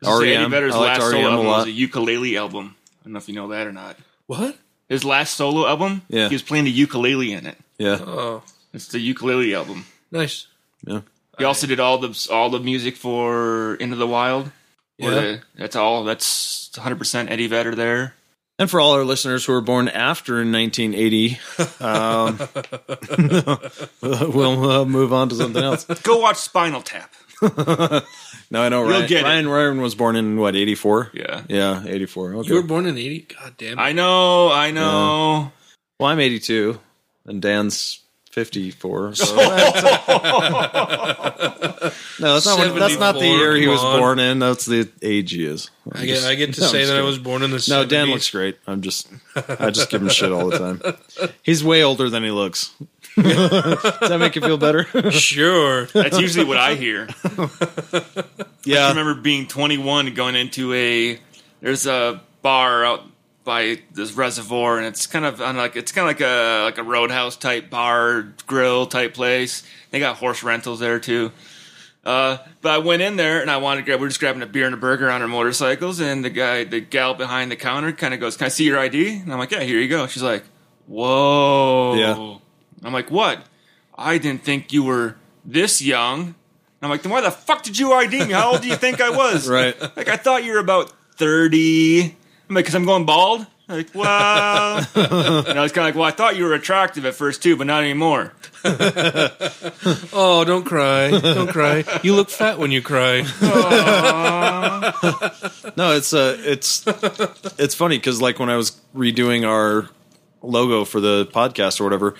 Eddie REM. E I Vedder's liked last REM solo a album was lot. a ukulele album. I don't know if you know that or not. What? His last solo album, Yeah. he was playing the ukulele in it. Yeah. Oh, It's the ukulele album. nice. Yeah. He also did all the all the music for Into the Wild. Yeah, Yeah. that's all. That's 100 percent Eddie Vedder there. And for all our listeners who were born after 1980, um, we'll uh, move on to something else. Go watch Spinal Tap. No, I know You'll Ryan. get it. Ryan Ryan was born in what 84. Yeah, Yeah, 84. Okay. You were born in eighty. God damn. It. I know, I know. well, I'm 82, and Dan's 54. So no, that's not. What, that's not the 74, year he come was on. born in. That's the age he is. I'm I get, just- I get to no, I'm say just that I kidding. was born in the. No, Dan 70s. looks great. I'm just, I just give him shit all the time. He's way older than he looks. Does that make you feel better? sure. That's usually what I hear. I yeah. remember being 21 and going into a there's a bar out by this reservoir and it's kind of on like it's kind of like a like a roadhouse type bar grill type place. They got horse rentals there too. Uh, but I went in there and I wanted to grab. We're just grabbing a beer and a burger on our motorcycles, and the guy, the gal behind the counter, kind of goes, "Can I see your ID?" And I'm like, "Yeah, here you go." She's like, "Whoa!" Yeah. I'm like, "What? I didn't think you were this young." And I'm like, "Then why the fuck did you ID me? How old do you think I was?" Right. Like I thought you were about thirty. I'm like, because I'm going bald. I'm like, well, and I was kind of like, well, I thought you were attractive at first too, but not anymore. Oh, don't cry. Don't cry. You look fat when you cry. No, it's uh, it's it's funny because like when I was redoing our logo for the podcast or whatever,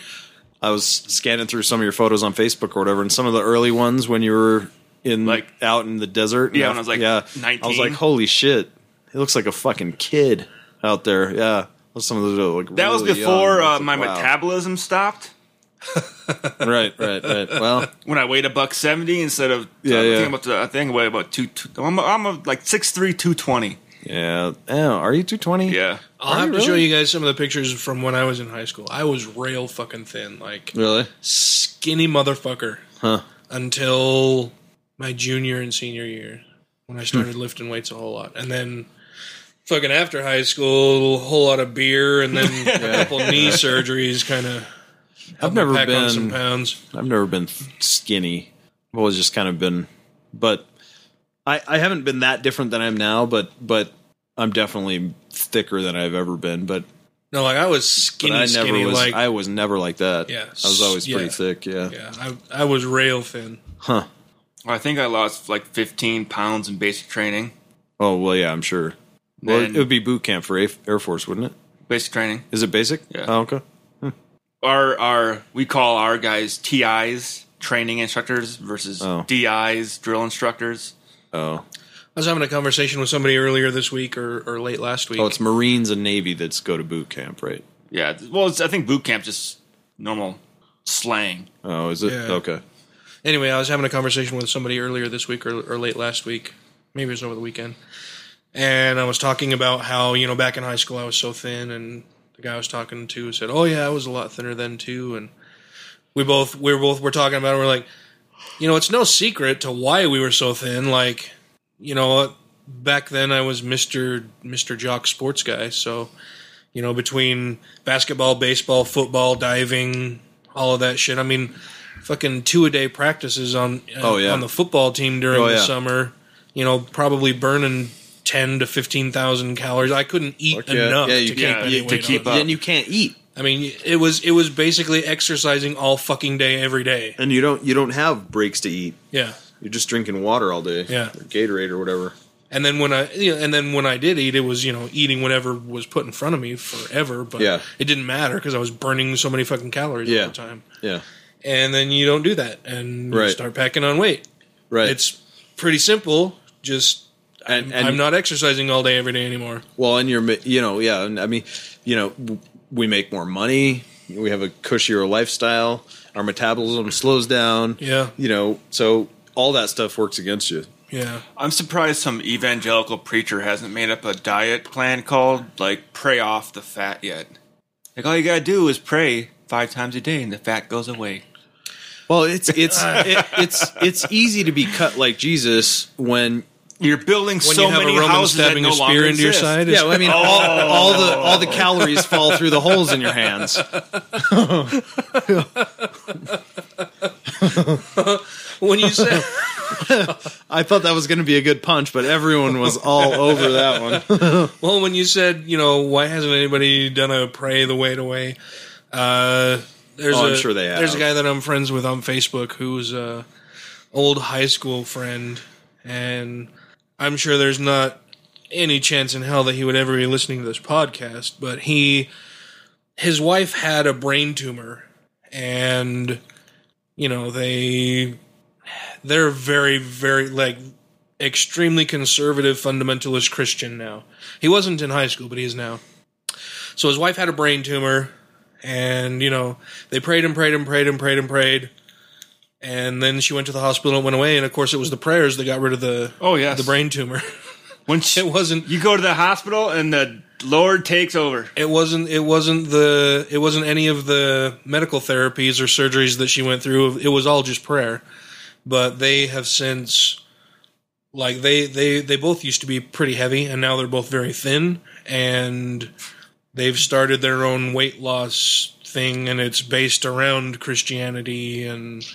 I was scanning through some of your photos on Facebook or whatever, and some of the early ones when you were in Like- out in the desert. and Yeah, when I was, like, yeah, I was 19. like, holy shit, he looks like a fucking kid out there. Yeah, some of those are like That was really before young. uh, It's my like, wow. metabolism stopped. right, right, right. Well, when I weighed a buck seventy instead of uh, Yeah, I yeah. Think about the, I think I weigh about two. two I'm I'm a, like six three two twenty. yeah. Oh, are you two twenty? Yeah, I'll Are have you to show really? you guys some of the pictures from when I was in high school. I was rail fucking thin, like Really? skinny motherfucker, Huh. until my junior and senior year when Hmm. I started lifting weights a whole lot, and then fucking after high school, a whole lot of beer, and then a couple knee surgeries, kind of. I've never pack on some been. pounds. I've never been skinny. I've always just kind of been, but I I haven't been that different than I am now. But but I'm definitely thicker than I've ever been. But No, like I was but skinny, I never skinny, was. like I was never like that. Yeah, I was always yeah. pretty thick. Yeah. yeah, I I was rail thin. Huh. I think I lost like fifteen pounds in basic training. Oh well, yeah. I'm sure. Well, Then- it would be boot camp for A- Air Force, wouldn't it? Basic training. Is it basic? Yeah. Oh, okay. Our our we call our guys TIs training instructors versus Oh. DIs drill instructors. Oh. I was having a conversation with somebody earlier this week or, or late last week. Oh, it's Marines and Navy that's go to boot camp, right? Yeah, well, it's, I think boot camp just normal slang. Oh, is it? Yeah. Okay. Anyway, I was having a conversation with somebody earlier this week or, or late last week. Maybe it was over the weekend. And I was talking about how, you know, back in high school I was so thin. And the guy I was talking to said, Oh, yeah, I was a lot thinner then, too. And we both, we were both, we're talking about it. We're like, you know, it's no secret to why we were so thin. Like, you know, back then I was Mr. Mr. Jock sports guy. So, you know, between basketball, baseball, football, diving, all of that shit. I mean, fucking two a day practices on uh, Oh, yeah. on the football team during Oh, the yeah. summer. You know, probably burning ten to fifteen thousand calories. I couldn't eat yeah. enough Yeah, you to can't- keep yeah, any to weight keep on. up. Then you can't eat. I mean, it was it was basically exercising all fucking day every day. and you don't you don't have breaks to eat. Yeah. You're just drinking water all day. Yeah. Or Gatorade or whatever. And then when I you know, and then when I did eat, it was you know eating whatever was put in front of me forever, but Yeah. it didn't matter because I was burning so many fucking calories Yeah. all the time. Yeah. And then you don't do that, and you Right. start packing on weight. Right. It's pretty simple. Just and, and I'm not exercising all day every day anymore. well, and you're ma- you know yeah. and I mean, you know, w- we make more money. We have a cushier lifestyle. Our metabolism slows down. Yeah. You know, so all that stuff works against you. Yeah, I'm surprised some evangelical preacher hasn't made up a diet plan called like pray off the fat yet. Like all you gotta do is pray five times a day and the fat goes away. Well, it's it's it, it's it's easy to be cut like Jesus when You're building when so you have many a Roman houses that stabbing no a longer spear into your exist. side. yeah. I mean, all, all the all the calories fall through the holes in your hands. when you say I thought that was going to be a good punch, but everyone was all over that one. Well, when you said, you know, why hasn't anybody done a pray the weight away? Uh, there's Oh, a, I'm sure they have. There's a guy that I'm friends with on Facebook who's a old high school friend, and I'm sure there's not any chance in hell that he would ever be listening to this podcast. But he, his wife had a brain tumor, and you know they they're very very like extremely conservative fundamentalist Christian now. He wasn't in high school, but he is now. So his wife had a brain tumor, and you know they prayed and prayed and prayed and prayed and prayed, and then she went to the hospital and went away. And of course, it was the prayers that got rid of the Oh yes. the brain tumor. When she- It wasn't you go to the hospital and the Lord takes over. it wasn't it wasn't the it wasn't any of the medical therapies or surgeries that she went through it was all just prayer but they have since like they they they both used to be pretty heavy and now they're both very thin and they've started their own weight loss thing and it's based around christianity and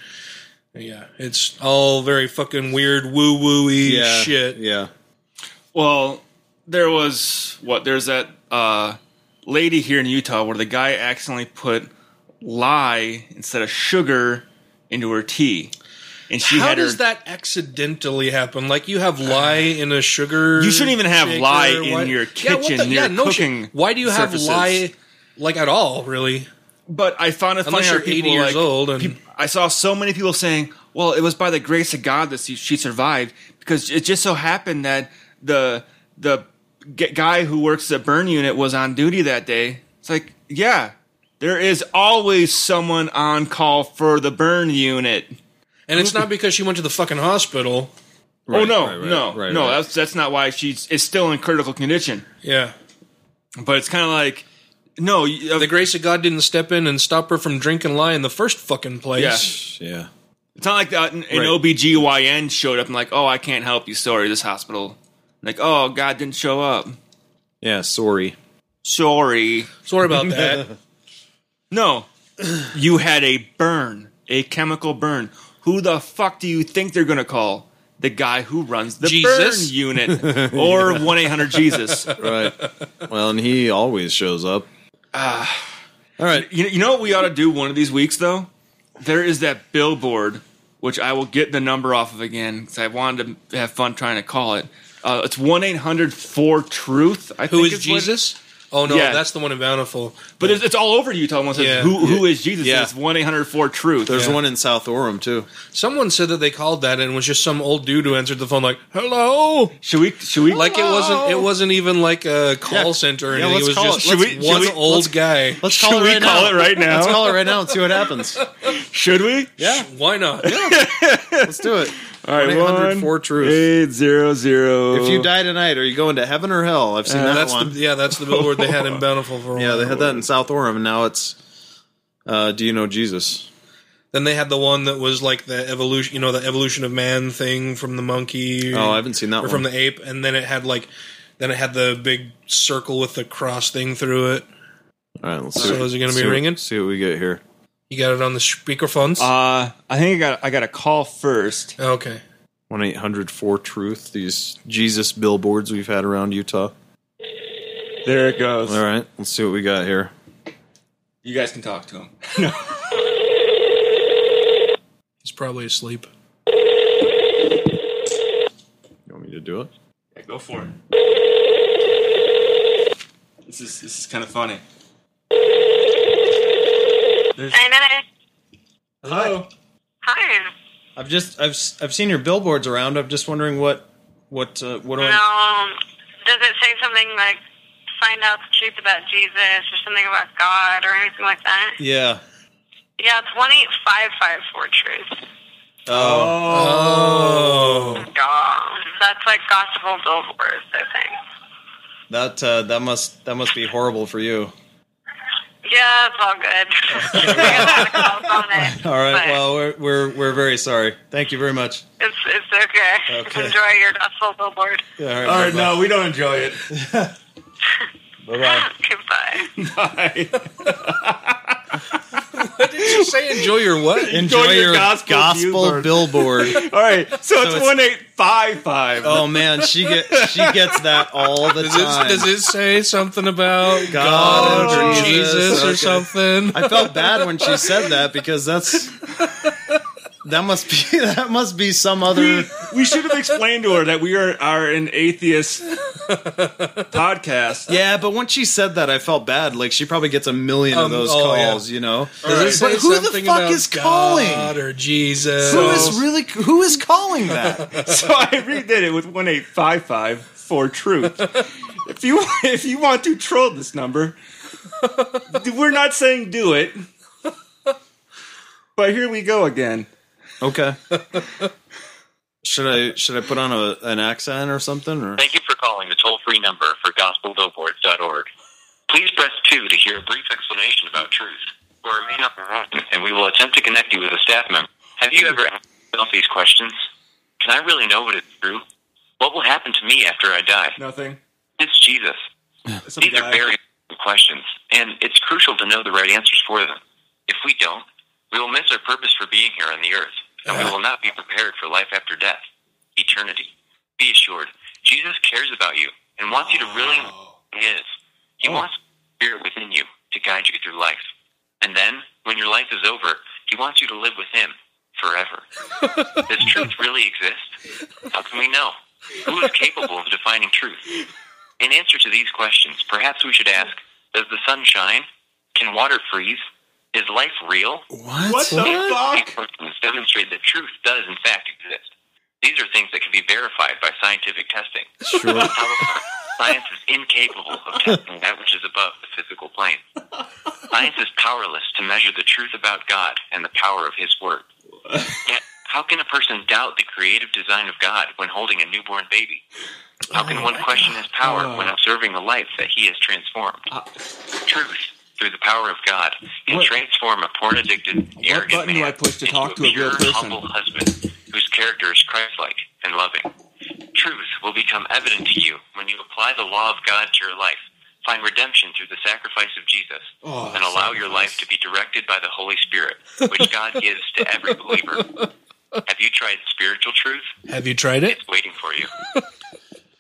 yeah it's all very fucking weird woo wooey shit Yeah. Well, there was what there's that uh, lady here in Utah where the guy accidentally put lye instead of sugar into her tea, and she How had her. Uh, does that accidentally happen? Like you have lye in a sugar. You shouldn't even have shaker, lye or in what- your Yeah, what kitchen the- near yeah, no shit. cooking Why do you have surfaces. lye, like at all? Really? but I found it funny Unless how you're people 80 years like- old and- peop- I saw so many people saying, "Well, it was by the grace of God that she, she survived," because it just so happened that the the g- guy who works at burn unit was on duty that day. It's like, yeah, there is always someone on call for the burn unit. And Mm-hmm. it's not because she went to the fucking hospital. oh no, right, right, no, right, no, right. that's that's not why she's is still in critical condition. Yeah. But it's kind of like, no, you- uh, The grace of God didn't step in and stop her from drinking lye in the first fucking place. yeah. Yeah. It's not like that an, an Right. OBGYN showed up and like, oh, I can't help you. Sorry, this hospital. Like, oh, God didn't show up. Yeah. Sorry. Sorry. Sorry about that. No, you had a burn, a chemical burn. Who the fuck do you think they're going to call? The guy who runs the Jesus? burn unit or 1 800 Jesus. Right. well, and he always shows up. Ah. all right. You, you know what we ought to do one of these weeks, though? There is that billboard, which I will get the number off of again because I wanted to have fun trying to call it. Uh, it's 1 800 for Truth. I Who think is is what- Jesus? Oh no, Yeah. that's the one in Bountiful. But it's, it's all over Utah. Almost says, Yeah. who who is Jesus? Yeah. And It's one eight hundred four truth. There's Yeah. one in South Orem too. Someone said that they called that and it was just some old dude who answered the phone like, "Hello." Should we should we Like it wasn't. It wasn't even like a call Yeah. center. Or Yeah, anything. let's it was call just it- should we- should one we- old guy. Let's Should we call it right now? Let's call it right now and see what happens. should we? Yeah. Why not? Let's do it. All right, 1-800-4 one, truth. eight zero zero. If you die tonight, are you going to heaven or hell? I've seen that Oh. Uh, that's one. the yeah. That's the billboard they had in Bountiful for a while. yeah, they had that in South Orem, and now it's. Uh, do you know Jesus? Then they had the one that was like the evolution, you know, the evolution of man thing from the monkey. Oh, I haven't seen that or one. from the ape, and then it had like, then it had the big circle with the cross thing through it. All right, let's So see what- is it gonna be see what- ringing? See what we get here. You got it on the speakerphones. Uh, I think I got I got a call first. okay. One eight hundred four truth. These Jesus billboards we've had around Utah. There it goes. All right, let's see what we got here. You guys can talk to him. He's probably asleep. You want me to do it? Yeah, go for it. This is this is kind of funny. There's- Hey, Minute. hello. Hi. I've just I've s- I've seen your billboards around. I'm just wondering what what uh, what do I No, does it say something like find out the truth about Jesus or something about God or anything like that? Yeah. Yeah, it's one eight five five four truth. Oh. Oh. Yeah, that's like gospel billboards, I think. That uh, that must that must be horrible for you. Yeah, it's all good. We got a lot of calls on it, All right. but Well, we're we're we're very sorry. Thank you very much. it's it's okay. Okay. Enjoy your gospel billboard. All right. All right, no, we don't enjoy it. Bye bye. Goodbye. Bye. What did you say? Enjoy your what? Enjoy your your gospel gospel, billboard. All right, so, it's- it's one eight five five. oh man, she get she gets that all the Does time. it, does it say something about God, God or or Jesus, Jesus? or Okay. something? I felt bad when she said that because that's that must be that must be some other. we should have explained to her that we are are an atheist podcast. Yeah, but once she said that, I felt bad. Like she probably gets a million of Um, those oh, calls, you know. Does it But say who the something fuck about is calling? God or Jesus? Who So- is really who is calling that? So I redid it with one eight five five for truth. If you if you want to troll this number, we're not saying do it, but here we go again. okay. Should I should I put on a, an accent or something? Or Thank you for calling the toll-free number for gospelbillboards.org. Please press 2 to hear a brief explanation about truth, or remain up and we will attempt to connect you with a staff member. Have you ever asked yourself these questions? Can I really know what is true? What will happen to me after I die? Nothing. It's Jesus. Some These guy. are very important questions, and it's crucial to know the right answers for them. If we don't, we will miss our purpose for being here on the earth, and we will not be prepared for life after death, eternity. Be assured, Jesus cares about you and wants you to really know who He is. He wants the Spirit within you to guide you through life, and then when your life is over, He wants you to live with Him forever. Does truth really exist? How can we know? Who is capable of defining truth? In answer to these questions, perhaps we should ask Does the sun shine? Can water freeze? Is life real? what? What the These fuck? questions demonstrate that truth does, in fact, exist. These are things that can be verified by scientific testing. Sure. However, science is incapable of testing that which is above the physical plane. Science is powerless to measure the truth about God and the power of His Word. Yet, how can a person doubt the creative design of God when holding a newborn baby? How Oh can one question His power Uh. when observing a life that He has transformed? truth through the power of God can What- transform a porn addicted, arrogant button do man I push to into talk to a real pure, person? humble husband whose character is Christ like and loving. Truth will become evident to you when you apply the law of God to your life, find redemption through the sacrifice of Jesus, Oh, and allow your life to be directed by the Holy Spirit, which God gives to every believer. Have you tried spiritual truth? Have you tried it? It's waiting for you.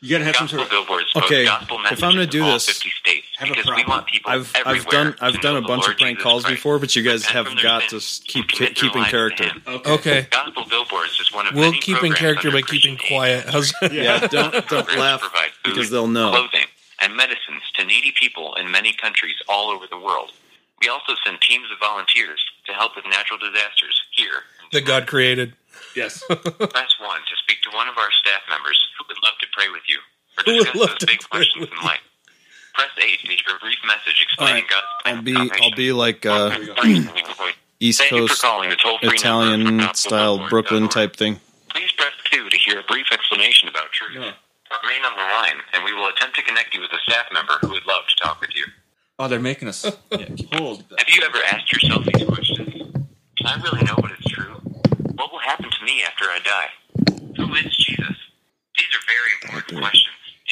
You gotta have some Gospel sort of. billboards post Okay, gospel if messages I'm gonna do in all this, 50 states have a because we problem. want people I've I've everywhere done to I've done know a the bunch Lord of prank Jesus calls Christ, before, but you guys repent have from their got to sins, s- keep and commit their keeping lives to character. Him. Okay. Gospel billboards is one of We'll many keep in programs character under by keeping Christian Aid. quiet. How's that? Yeah, don't don't Programs laugh provide food, because they'll know. clothing and medicines to needy people in many countries all over the world. We also send teams of volunteers to help with natural disasters here. that God created? Yes. Press one to speak to one of our staff members who would love to pray with you or Who would discuss love those to big pray questions in life. Press eight to hear a brief message explaining Alright, God's plan I'll of be I'll salvation. be like uh, East Thank you for Coast calling the toll-free number for Italian gospel style billboards. Brooklyn type thing. Please press 2 to hear a brief explanation about truth. No. Remain on the line, and we will attempt to connect you with a staff member who would love to talk with you. Oh, they're making us hold. Have you ever asked yourself these questions? Can I really know what is true? What will happen to me after I die? Who is Jesus? These are very important questions,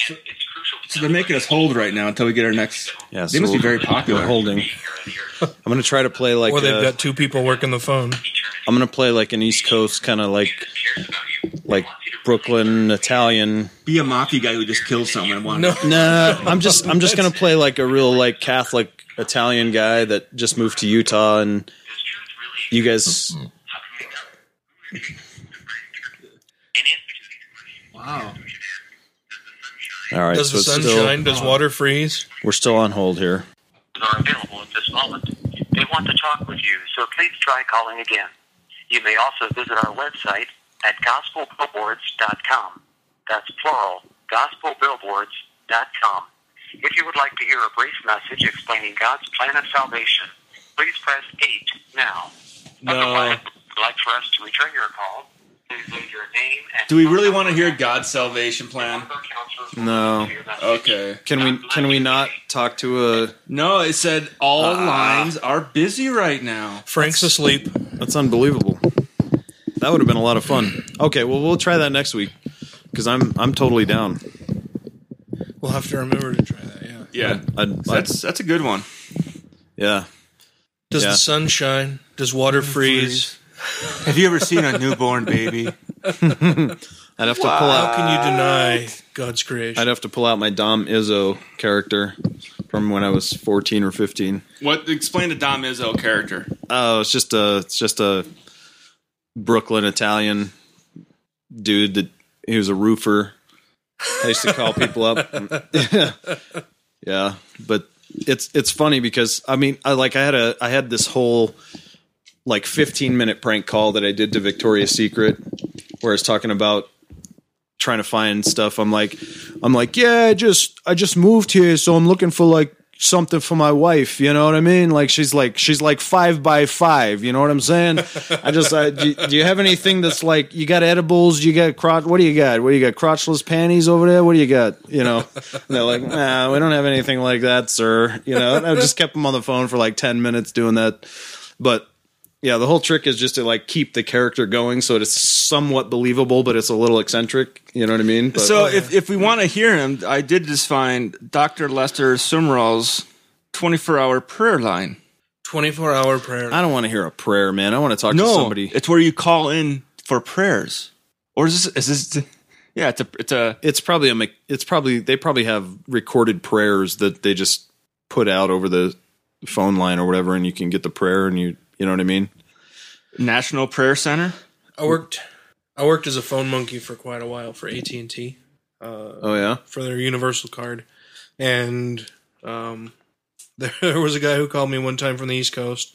and it's crucial to So they're making us hold right now until we get our next. Yeah, They must be very popular. We're holding. be here on the earth. I'm gonna try to play like or they've a- got two people working the phone. Eternity. I'm gonna play like an East Coast kind of like Jesus cares about you. He like wants you to Brooklyn Italian. Be a mafia guy who just kills someone. One. No. Nah, I'm just I'm just gonna play like a real like Catholic Italian guy that just moved to Utah, and Is truth really you guys, How can we know? In answer to these questions, Wow. all right, Does so the it's sun still, shine? Does water freeze? we're still on hold here. are available at this moment. They want to talk with you, so please try calling again. You may also visit our website at gospelbillboards.com. That's plural, gospelbillboards.com. If you would like to hear a brief message explaining God's plan of salvation, please press 8 now. No. Otherwise, if you'd like for us to return your call, please leave your name and Do we really want to hear God's salvation plan? No. Okay. Can we can we not talk to a? No, it said all lines are busy right now. Frank's asleep. That's unbelievable. That would have been a lot of fun. Okay, well we'll try that next week because I'm I'm totally down. We'll have to remember to try that. Yeah. Yeah. I'd, I'd, That's that's a good one. yeah. Does Yeah. the sun shine? Does water freeze? Have you ever seen a newborn baby? I'd have to pull out. How can you deny God's creation? I'd have to pull out my Dom Izzo character from when I was 14 or 15. What explain the Dom Izzo character? Oh, it's just a it's just a Brooklyn Italian dude that he was a roofer. I used to call people up. yeah, but it's it's funny because I mean, I like I had a I had this whole like 15 minute prank call that I did to Victoria's Secret where I was talking about trying to find stuff. I'm like, I'm like, yeah, I just, I just moved here, so I'm looking for like something for my wife. You know what I mean? Like she's like, she's like five by five. You know what I'm saying? I just, I, do, do you have anything that's like, you got edibles? You got crotch? What do you got? What do you got? Crotchless panties over there? What do you got? You know? And they're like, nah, we don't have anything like that, sir. You know? And I just kept them on the phone for like ten minutes doing that, but yeah, the whole trick is just to like keep the character going so it's somewhat believable, but it's a little eccentric. You know what I mean? But, So if, if we want to hear him, I did just find Dr. Lester Sumrall's 24 hour prayer line. 24 hour prayer. I don't want to hear a prayer, man. I want to talk to No, somebody. it's where you call in for prayers. Or is this, is this, yeah, it's a, it's a, It's probably a. mech- It's probably they probably have recorded prayers that they just put out over the phone line or whatever, and you can get the prayer and you you know what I mean. National Prayer Center. I worked. I worked as a phone monkey for quite a while for AT and T Oh yeah, for their Universal card, and um, there was a guy who called me one time from the East Coast,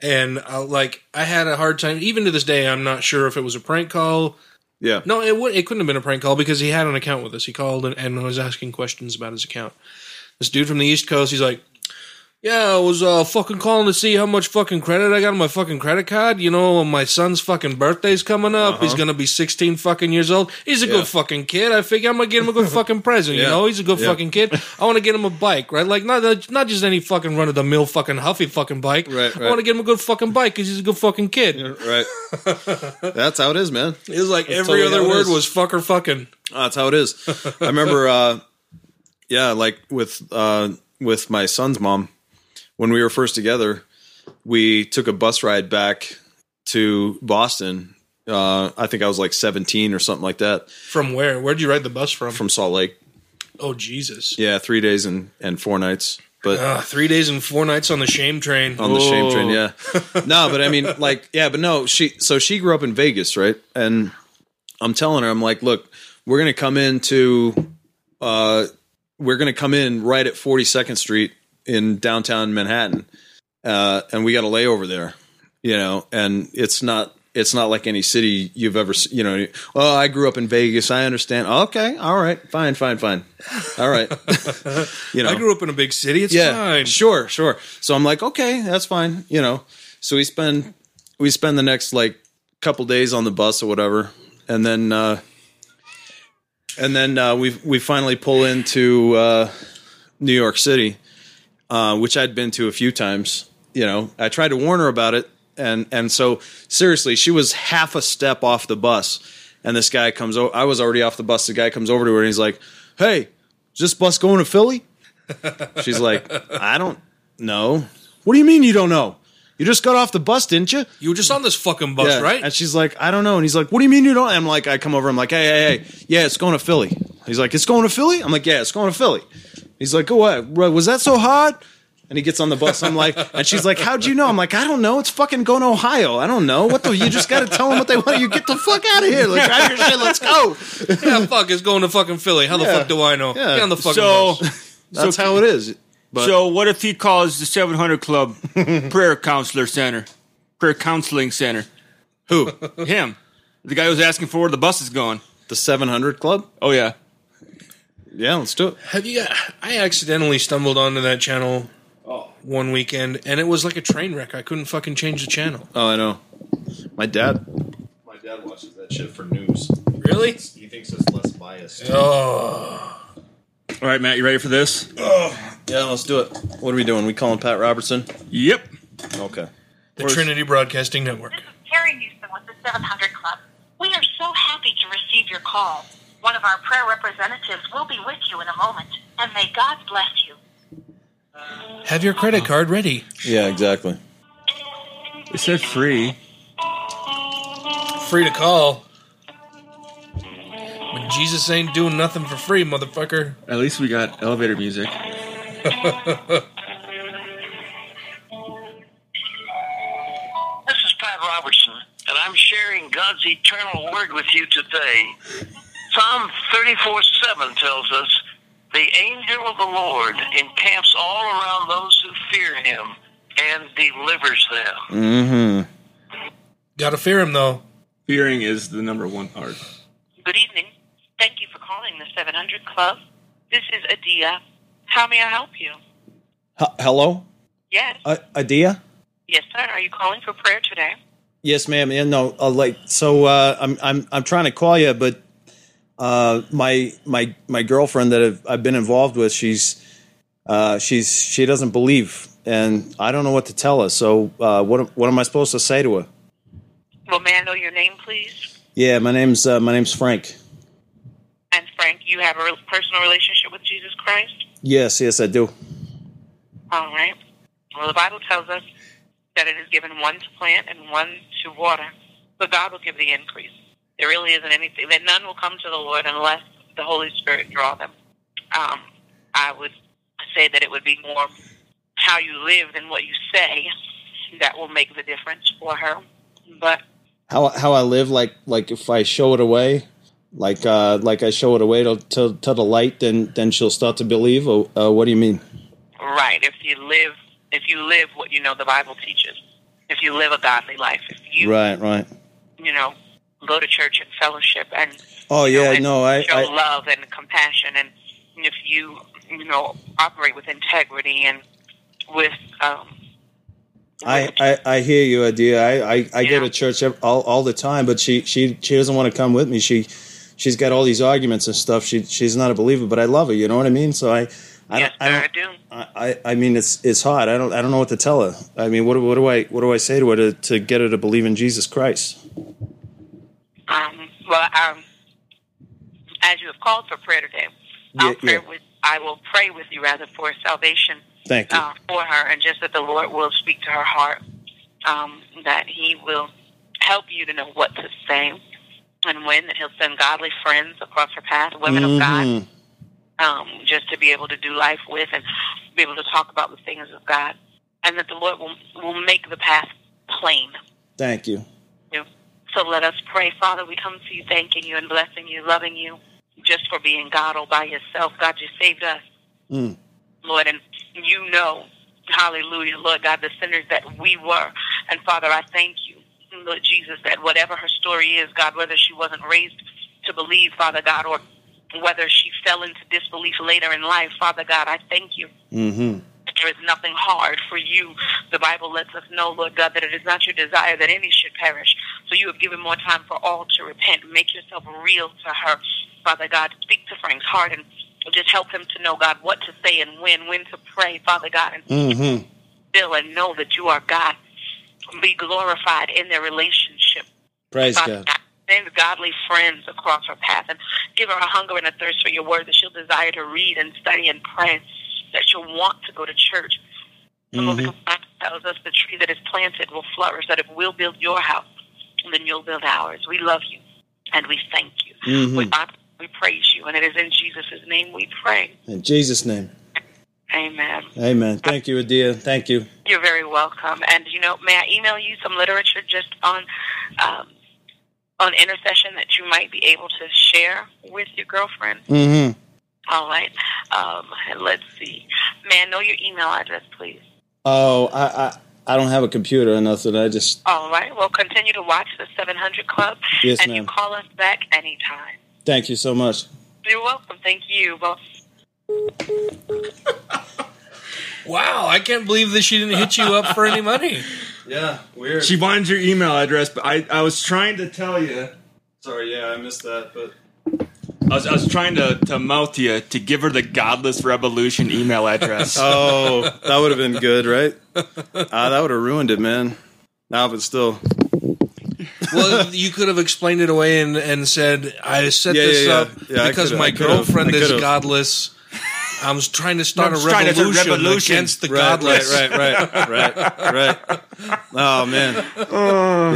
and I, like I had a hard time. Even to this day, I'm not sure if it was a prank call. yeah. No, it would. It couldn't have been a prank call because he had an account with us. He called and, and was asking questions about his account. This dude from the East Coast, he's like, "Yeah, I was uh, fucking calling to see how much fucking credit I got on my fucking credit card. You know, my son's fucking birthday's coming up. He's gonna be sixteen fucking years old. He's a Yeah. good fucking kid. I figure I'm gonna get him a good fucking present. You Yeah. know, he's a good Yeah. fucking kid. I want to get him a bike, right? Like not not just any fucking run of the mill fucking huffy fucking bike. Right, I want to right. get him a good fucking bike because he's a good fucking kid. Right. That's how it is, man. It was like every totally other how it word is. was fuck or fucking. Uh, That's how it is. I remember, uh, yeah, like with uh, with my son's mom when we were first together, we took a bus ride back to Boston. Uh, I think I was like 17 or something like that From where? Where'd you ride the bus from? from Salt Lake. Oh Jesus! Yeah, three days and, and four nights, but Ah, three days and four nights on the shame train. on the shame Whoa. train. Yeah. no, but I mean, like, yeah, but no, she, so she grew up in Vegas, right? And I'm telling her, I'm like, look, we're going to come into, uh, we're going to come in right at 42nd Street in downtown Manhattan. Uh, and we got a layover there, you know, and it's not, it's not like any city you've ever, se- you know. Oh, I grew up in Vegas. I understand. Okay, all right, fine, fine, fine. All right, you know. I grew up in a big city. It's Yeah, fine. sure, sure. So I'm like, okay, that's fine. You know, so we spend we spend the next like couple days on the bus or whatever, and then uh, and then uh, we we finally pull into uh, New York City, uh, which I'd been to a few times. You know, I tried to warn her about it, and and so seriously, she was half a step off the bus, and this guy comes. over. I was already off the bus. The guy comes over to her and he's like, "Hey, is this bus going to Philly?" She's like, I don't know. What do you mean you don't know? You just got off the bus, didn't you? You were just on this fucking bus, right? And she's like, I don't know. And he's like, What do you mean you don't? I'm like, I come over. I'm like, Hey, hey, hey. Yeah, it's going to Philly. He's like, It's going to Philly. I'm like, Yeah, it's going to Philly. He's like, Oh, what? Was that so hot? And he gets on the bus. I'm like, and she's like, How'd you know? I'm like, I don't know. It's fucking going to Ohio. I don't know. What the? You just got to tell them what they want. You get the fuck out of here. Like, drive your shit. Let's go. yeah, fuck, it's going to fucking Philly. How the Yeah. fuck do I know? Yeah. Get on the fucking So, bus. That's how it is. But so what if he calls the 700 Club Prayer Counselor Center, Prayer Counseling Center? who? Him, the guy who's asking for where the bus is going. The 700 Club? Oh yeah, Yeah, let's do it. Have you got? I accidentally stumbled onto that channel Oh. one weekend, and it was like a train wreck. I couldn't fucking change the channel. Oh, I know. My dad. My dad watches that shit for news. Really? He thinks it's less biased. Oh, All right, Matt, you ready for this? Yeah, let's do it. What are we doing? We calling Pat Robertson? Yep. Okay. the Trinity Broadcasting Network. This is Terry Houston with the 700 Club. We are so happy to receive your call. One of our prayer representatives will be with you in a moment, and may God bless you. Have your credit card ready. Yeah, exactly. It said free. Free to call. But Jesus ain't doing nothing for free, motherfucker. At least we got elevator music. This is Pat Robertson, and I'm sharing God's eternal word with you today. Psalm 34 7 tells us, The angel of the Lord encamps all around those who fear him and delivers them. Mm-hmm. Gotta fear him though. Fearing is the number one part. Good evening. Thank you for calling the 700 Club. This is Adia. How may I help you? hello, Yes. uh, Adia. Yes, sir. Are you calling for prayer today? Yes, ma'am. Yeah, no, uh, like so. Uh, I'm I'm I'm trying to call you, but uh, my my my girlfriend that I've, I've been involved with, she's uh, she's she doesn't believe, and I don't know what to tell her. So uh, what am- what am I supposed to say to her? Well, may I know your name, please? Yeah, my name's uh, my name's Frank. And Frank, you have a re- personal relationship with Jesus Christ? Yes, yes, I do. All right. Well, the Bible tells us that it is given one to plant and one to water, but God will give the increase. There really isn't anything that none will come to the Lord unless the Holy Spirit draw them. Um, I would say that it would be more how you live than what you say that will make the difference for her. But how how I live like like if I show it away like uh like I show it away to to, to the light then then she'll start to believe or uh, what do you mean Right. If you live, if you live what you know the Bible teaches, if you live a godly life, if you right right you know go to church and fellowship and oh you know, yeah and no I, show I love and compassion, and if you you know operate with integrity and with um, I, I I hear you idea I I, I go Yeah. to church ev- all, all the time but she she she doesn't want to come with me she she's got all these arguments and stuff she she's not a believer but I love her you know what I mean so I I yes, don't, I, sir, don't, I do. I, I I mean it's it's hard I don't I don't know what to tell her I mean what do- what do I what do I say to her to, to get her to believe in Jesus Christ Um, well, um, as you have called for prayer today, I'll Yeah, pray yeah. with. I will pray with you rather for salvation thank you uh, for her, and just that the Lord will speak to her heart, um, that He will help you to know what to say and when, that He'll send godly friends across her path, women of God, Mhm. um, just to be able to do life with and be able to talk about the things of God, and that the Lord will will make the path plain. Thank you. you. So let us pray, Father. We come to you, thanking you and blessing you, loving you, just for being God all by yourself. God, you saved us. Mm. Lord, and you know, hallelujah, Lord God, the sinners that we were. And Father, I thank you, Lord Jesus, that whatever her story is, God, whether she wasn't raised to believe, Father God, or whether she fell into disbelief later in life, Father God, I thank you Mm-hmm. hmm there is nothing hard for you. The Bible lets us know, Lord God, that it is not your desire that any should perish. So you have given more time for all to repent. Make yourself real to her, Father God. Speak to Frank's heart and just help him to know, God, what to say and when, when to pray, Father God, and hmm Mm-hmm. still and know that you are God. Be glorified in their relationship. Praise Father God. God. Send godly friends across her path and give her a hunger and a thirst for your word that she'll desire to read and study and pray, that she'll want to go to church. Lord, Mhm. because I tells us the tree that is planted will flourish, that it will build your house, and then you'll build ours. We love you, and we thank you. We honor, we praise you, and it is in Jesus' name we pray. In Jesus' name. Amen. Amen. Thank you, Adia. Thank you. You're very welcome. And you know, may I email you some literature just on um, on intercession that you might be able to share with your girlfriend? Mm-hmm. All right. Um, and let's see. May I know your email address, please? Oh, I, I I don't have a computer or nothing. I just All right. Well, continue to watch the 700 Club, Yes, and you ma'am. call us back anytime. thank you so much. You're welcome. Thank you. Well, Wow, I can't believe that she didn't hit you up for any money. Yeah, weird. She wanted your email address, but I, I was trying to tell you. Sorry, yeah, I missed that, but I was, I was trying to, to mouth you to give her the Godless Revolution email address. oh, that would have been good, right? Ah, that would have ruined it, man. Now, but still, Well, you could have explained it away and, and said, I set Yeah, this yeah, yeah. up Yeah, I because could've- my I could've- girlfriend I is could've. godless. I was trying to start I'm a just trying to start a revolution, revolution. against the right, godless. right, right, right, right, right. Oh man,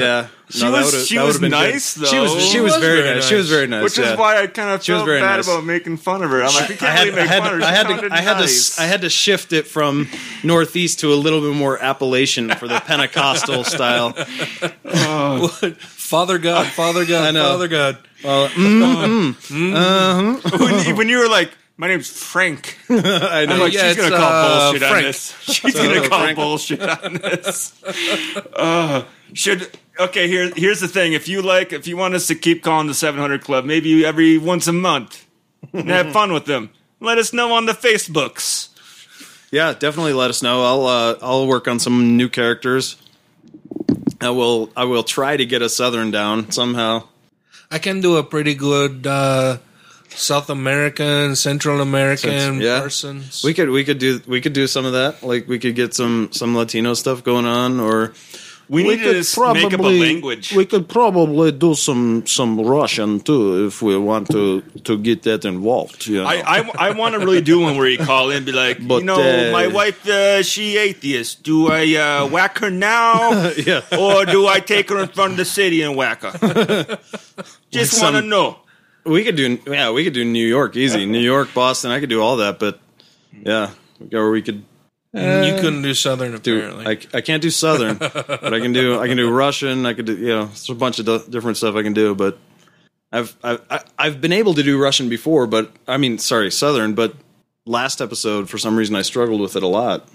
yeah. She was- would've- she that was would've been good. nice, She was though. she was very nice. She was very nice. Which yeah. is why I kind of uh, She was felt very bad nice. about making fun of her. I'm like, we I can't had, really I make had, fun of her. I She had sounded to, I had nice. to, I had to shift it from northeast to a little bit more Appalachian for the Pentecostal style. Father God, Father God, know. Father God. when, you, when you were like, my name's Frank. I know. I'm like, yeah, she's gonna it's, call uh, bullshit on Frank. this. She's gonna call bullshit on this. Uh, should okay. Here, here's the thing. If you like, if you want us to keep calling the 700 Club, maybe every once a month, and have fun with them. Let us know on the Facebooks. Yeah, definitely let us know. I'll uh, I'll work on some new characters. I will I will try to get a southern down somehow. I can do a pretty good uh, South American, Central American yeah. person. We could we could do we could do some of that. Like we could get some some Latino stuff going on or We, need to just make up a language. We could probably do some some Russian too if we want to to get that involved. You know? I, I, I want to really do one where you call in and be like, But, you know, uh, my wife, uh, she atheist. Do I uh, whack her now? Yeah. Or do I take her in front of the city and whack her? Just Some- want to know. we could do yeah, we could do New York easy. New York, Boston, I could do all that, but yeah, or we could you couldn't do Southern, do apparently. I, I can't do southern, but I can do I can do Russian. I could do you know there's a bunch of di- different stuff I can do. But I've I've I- I've been able to do Russian before, but I mean sorry southern. But last episode for some reason I struggled with it a lot.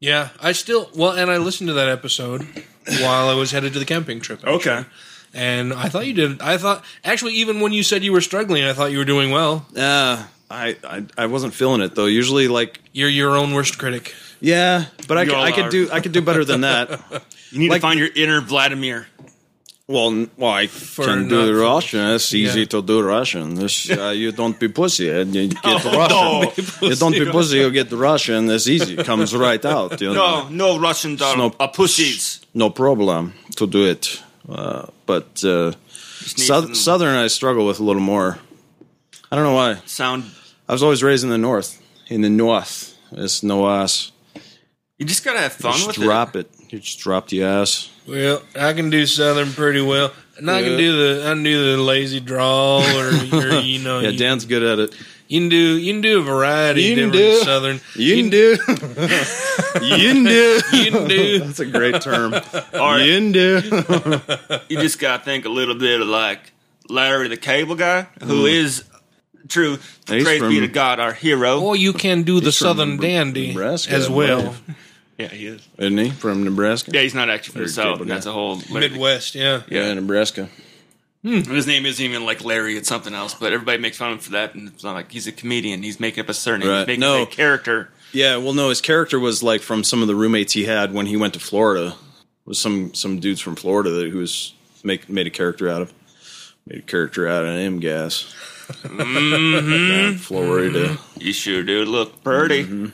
yeah, I still, well, and I listened to that episode while I was headed to the camping trip. Oh. Okay. And I thought you did. I thought, actually, even when you said you were struggling, I thought you were doing well. Uh, I, I I wasn't feeling it though. Usually like You're your own worst critic. yeah, but I You could, all I could are. do I could do better than that. You need Like- to find your inner Vladimir. Well, n- well, I can not- do Russian. It's easy Yeah. to do Russian. This, uh, you don't be pussy and you get No, Russian. You don't be pussy, you get Russian. It's easy. Comes right out. You No, know? no Russians are, No. are pussies. no problem to do it. Uh, but uh, need South, some- Southern, I struggle with a little more. I don't know why. Sound. I was always raised in the North. In the North, it's no ass. You just gotta have fun You just with drop it. You just drop the ass. Well, I can do Southern pretty well. And I can do the I can do the lazy drawl or, or you know Oh, Yeah, you, Dan's good at it. you can do you can do a variety You of can different do- Southern You can do. You can do. you can do That's a great term. it. Or You can do. you just gotta think a little bit of like Larry the Cable Guy, who is true. Mm. He's Praise be from- to God, our hero. or you can do the He's from Southern Nebr- dandy Nebraska, as I well believe. yeah, he is. Isn't he from Nebraska? Yeah, he's not actually from the Larry South. Cable and Guy. That's a whole. Midwest yeah Yeah, Nebraska. His name isn't even like Larry; it's something else. But everybody makes fun of him for that, and it's not like he's a comedian. He's making up a surname. Right. He's making No. up a character. Yeah, well, no, his character was like from some of the roommates he had when he went to Florida. It was some some dudes from Florida that who was make made a character out of made a character out of him gas. Down in Florida, You sure do look pretty. Mm-hmm.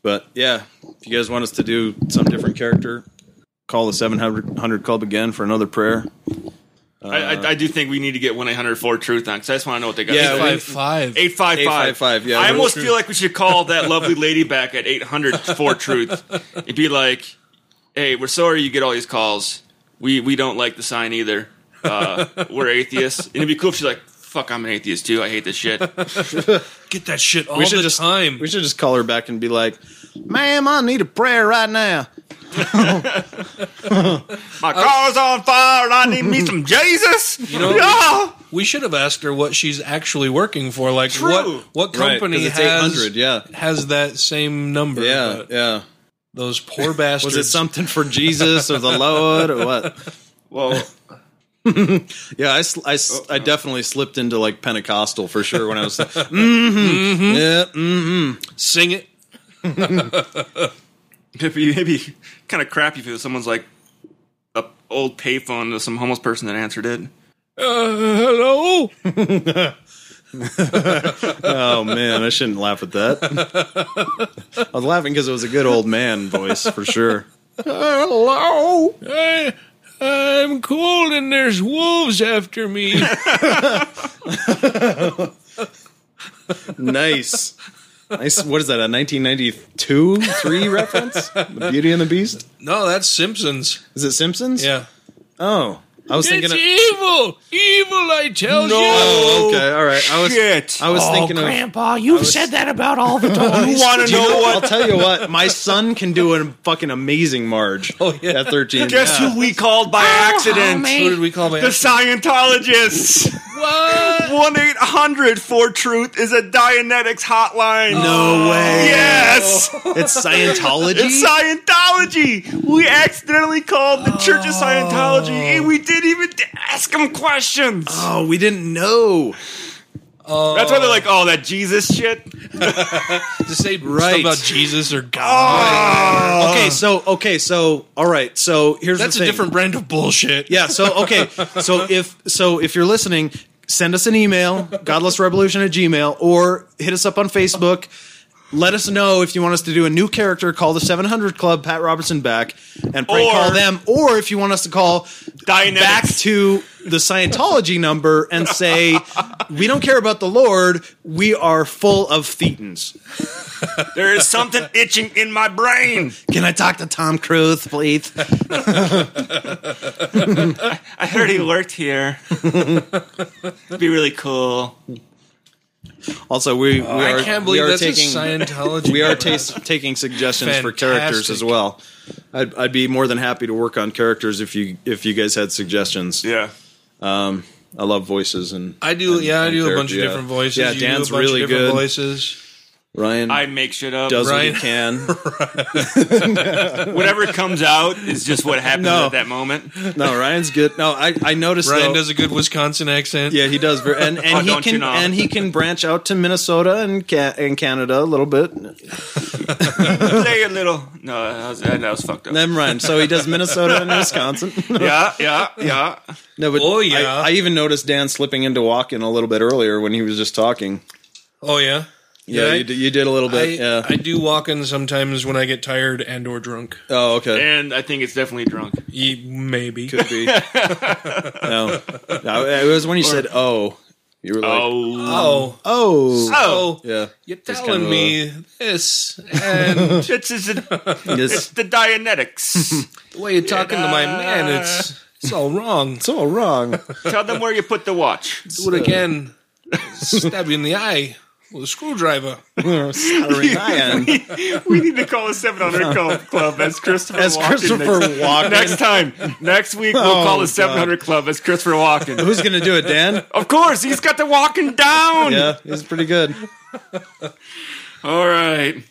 but yeah, if you guys want us to do some different character, call the seven hundred club again for another prayer. I, I, I do think we need to get one eight hundred four truth on because I just want to know what they got. Yeah, Eight we- five- five five eight five five. 855, yeah, I that's almost true. feel like we should call that lovely lady back at eight hundred four truth. It'd be like hey, we're sorry you get all these calls. We we don't like the sign either. Uh, we're atheists. And it'd be cool if she's like, fuck, I'm an atheist too. I hate this shit. Get that shit all we should the just time. We should just call her back and be like, Ma'am, I need a prayer right now. My car's on fire and I need me some Jesus. Uh, You know- yeah. We should have asked her what she's actually working for. Like True. what what Right, company 'cause it's has 800, yeah. has that same number? yeah, but yeah. Those poor bastards. Was it something for Jesus or the Lord or what? Well, Yeah, I, sl- I, s- I definitely slipped into like Pentecostal for sure when I was. mm-hmm, Yeah, mm-hmm. Sing it. it'd be, it'd be kind of crappy if it was someone's like a old payphone to some homeless person that answered it. Uh, hello. Oh man, I shouldn't laugh at that. I was laughing because it was a good old man voice for sure. Hello. I, I'm cold and there's wolves after me. Nice. Nice. What is that? A 1992 three reference? The Beauty and the Beast? no, that's Simpsons. Is it Simpsons? Yeah. Oh, I was thinking. It's Of, evil. Evil, I tell you. oh, okay. All right. I was. Shit. I Oh, was thinking of. Oh, Grandpa, you've said that about all the You time. want to Do you know know- I'll what? tell you what. My son can do a fucking amazing Marge. Oh, yeah. At 13. Guess yeah. who we called by Oh, Oh, accident? Who did we call Ah! my The Scientologists. What? One eight hundred for truth is a Dianetics hotline. No Oh. way. Yes. It's Scientology. It's Scientology. We accidentally called the Church of Scientology, and we didn't even ask them questions. oh, we didn't know. That's why they're like, "Oh, that Jesus shit." To say Right. stuff about Jesus or God. okay, so okay, so all right, so here's Uh. That's the a thing. different brand of bullshit. Yeah. So okay. So if so, if you're listening, send us an email, godlessrevolution at gmail, or hit us up on Facebook. Let us know if you want us to do a new character. Call the 700 Club, Pat Robertson back, and prank Or- call them. Or if you want us to call Dianetics. back to the Scientology number and say we don't care about the Lord, we are full of thetans. There is something itching in my brain. Can I talk to Tom Cruise, please? I heard he worked here. It'd be really cool. Also, we, we are I can't we believe are that's taking a Scientology. we are tas taking suggestions for Fantastic. characters as well. I'd, I'd be more than happy to work on characters if you if you guys had suggestions. Yeah. Um, I love voices and I do. Yeah, I and do a character, bunch of yeah. different voices. Yeah, You do a Dan's bunch of really different good. Voices. Ryan I make shit up. does Ryan- what he can. Whatever comes out is just what happens No. at that moment. No, Ryan's good. No, I I noticed Ryan though- does a good Wisconsin accent. Yeah, he does, ver- and and Oh, he don't can you know. and he can branch out to Minnesota and ca- and Canada a little bit. Play a little. No, that was, that was fucked up. Never mind. So he does Minnesota and Wisconsin. Yeah, yeah, yeah. No, but Oh, I- yeah. I, even noticed Dan slipping into walking a little bit earlier when he was just talking. Oh yeah. Yeah, I- you, did, you did a little I, bit. yeah. I do walk in sometimes when I get tired and or drunk. oh, okay. And I think it's definitely drunk. Ye- Maybe. Could be. no. no, it was when you said "oh," you were like, "Oh, Oh, Oh, Oh. yeah." you're It's telling kind of me this and it's, it's, the- a- it's it's, the Dianetics. the way you're talking to my man, it's it's all wrong. it's all wrong. Tell them where you put the watch. Do it again. Stab you in the eye with a screwdriver. Ryan. We need to call a 700 Club, club as Christopher As Walken Christopher next- Next Walken. time, next week, we'll Oh, call the God. 700 Club as Christopher Walken. Who's gonna do it, Dan? Of course, he's got the walking down. Yeah, he's pretty good. All right.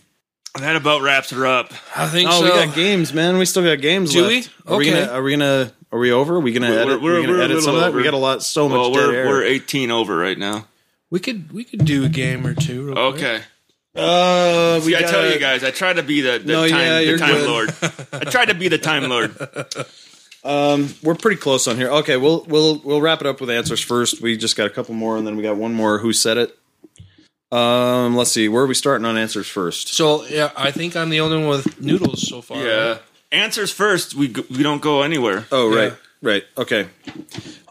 That about wraps her up. I think Oh, so. we got games, man. We still got games Do left. we? Are we Okay. gonna? Are we gonna? Are we over? Are we gonna We're- edit? we're- we gonna we're a edit some of little that. We over. got a lot. So much Well, dead we're, air. we're 18 over right now. we could we could do a game or two. Real quick. Okay. uh, we See, I tell gotta- you guys, I try to be the, the No, time, yeah, the you're time good. lord. I tried to be the time lord. Um, we're pretty close on here. Okay, we'll we'll we'll wrap it up with answers first. We just got a couple more, and then we got one more. Who said it? Um, let's see. Where are we starting on answers first? So yeah, I think I'm the only one with noodles so far. Yeah. right? Answers first. We go, we don't go anywhere. Oh, Yeah. right, right. Okay.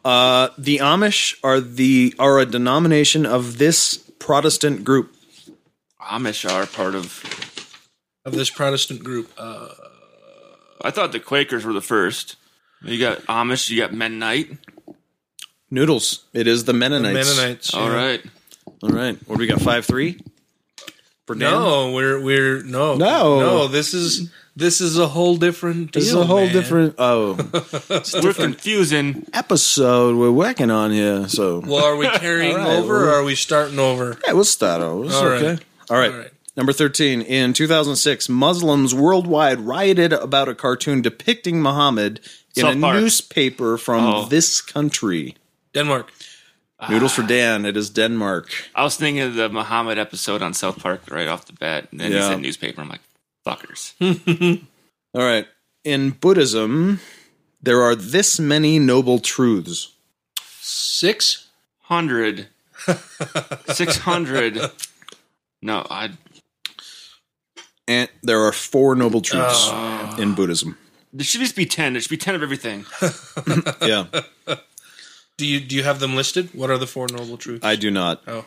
Uh, the Amish are the are a denomination of this Protestant group. Amish are part of Of this Protestant group, uh, I thought the Quakers were the first. You got Amish, you got Mennonite. Noodles. It is the Mennonites. Mennonites. All yeah. right. All right. What do we got? Five three. For Dan? No, we're we're no No. no. This is this is a whole different. Deal, It's a whole man. different oh We're confusing. episode we're working on here. So Well, are we carrying All right, over or well- are we starting over? yeah, we'll start over. It's All right. okay. All right. All right. Number 13. In 2006, Muslims worldwide rioted about a cartoon depicting Muhammad in South a Park. newspaper from Oh. this country. Denmark. Noodles for Dan. It is Denmark. I was thinking of the Muhammad episode on South Park right off the bat, and then he Yeah. said newspaper. I'm like, fuckers. All right. In Buddhism, there are this many noble truths. Six. Hundred. Six hundred. No, I And there are four noble truths Oh. in Buddhism. there should just be ten. There should be ten of everything. Yeah, Do you do you have them listed? What are the four noble truths? I do not. oh,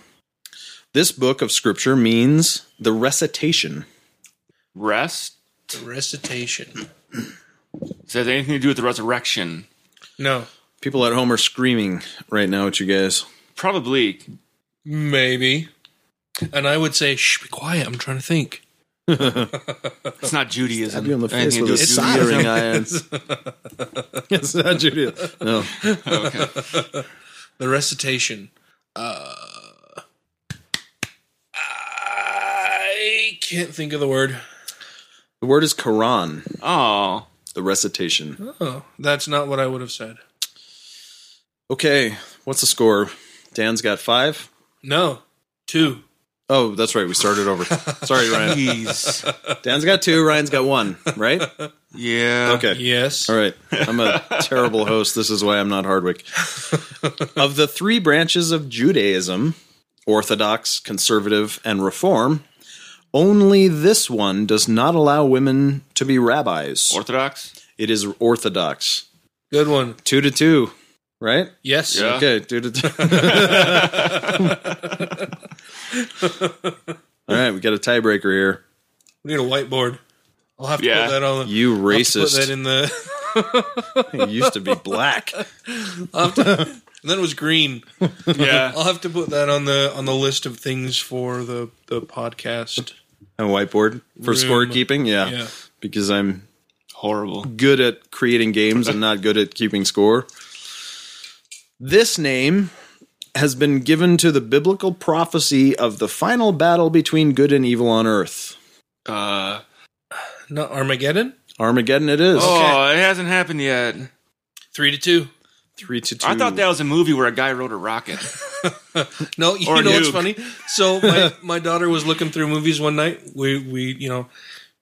This book of scripture means the recitation. Rest. the recitation. Does it have anything to do with the resurrection? No, People at home are screaming right now at you guys. Probably. maybe. And I would say, shh, be quiet. I'm trying to think. It's not Judaism. Stab you in the face Anything with to a do soldering iron. it's not Judaism. No. Judaism. Okay. The recitation. Uh, I can't think of the word. The word is Quran, Oh, the recitation. Oh, that's not what I would have said. Okay, what's the score? Dan's got five. No, two. Oh, that's right. We started over. Sorry, Ryan. jeez. Dan's got two. Ryan's got one, right? Yeah. Okay. Yes. All right. I'm a terrible host. This is why I'm not Hardwick. of the three branches of Judaism Orthodox, Conservative, and Reform only this one does not allow women to be rabbis. Orthodox. It is Orthodox. Good one. Two to two, right? Yes. Yeah. Okay, two to two. All right, we got a tiebreaker here. We need a whiteboard. I'll have to Yeah. put that on. The, You I'll have to put that racist. in the. You used to be black. And then it was green. Yeah. I'll have to put that on the on the list of things for the the podcast. A whiteboard for Room. scorekeeping, yeah, Yeah. Because I'm Horrible. good at creating games and not good at keeping score. This name has been given to the biblical prophecy of the final battle between good and evil on earth. Uh, Not Armageddon. Armageddon it is. Oh, it hasn't happened yet. Three to two. Three to two. I thought that was a movie where a guy rode a rocket. No, you Or know what's Nuke. funny? So my, my daughter was looking through movies one night. We we you know,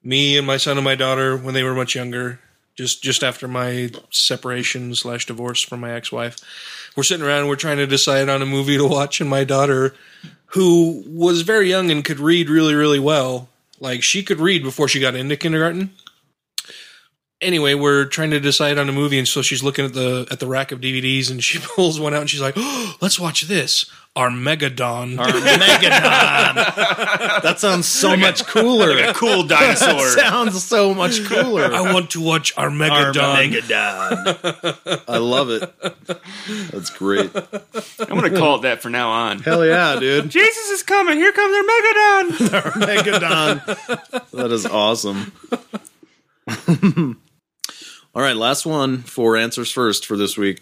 me and my son and my daughter when they were much younger, just just after my separation slash divorce from my ex wife, we're sitting around. We're trying to decide on a movie to watch, and my daughter, who was very young and could read really really well, like she could read before she got into kindergarten. Anyway, we're trying to decide on a movie, and so she's looking at the at the rack of DVDs, and she pulls one out, and she's like, oh, "Let's watch this, our Megadon." That sounds so much cooler. A cool dinosaur. sounds so much cooler. I want to watch our Megadon. I love it. That's great. I'm gonna call it that for now on. Hell yeah, dude. Jesus is coming. Here comes their megadon. Megadon. That is awesome. All right, last one for answers first for this week.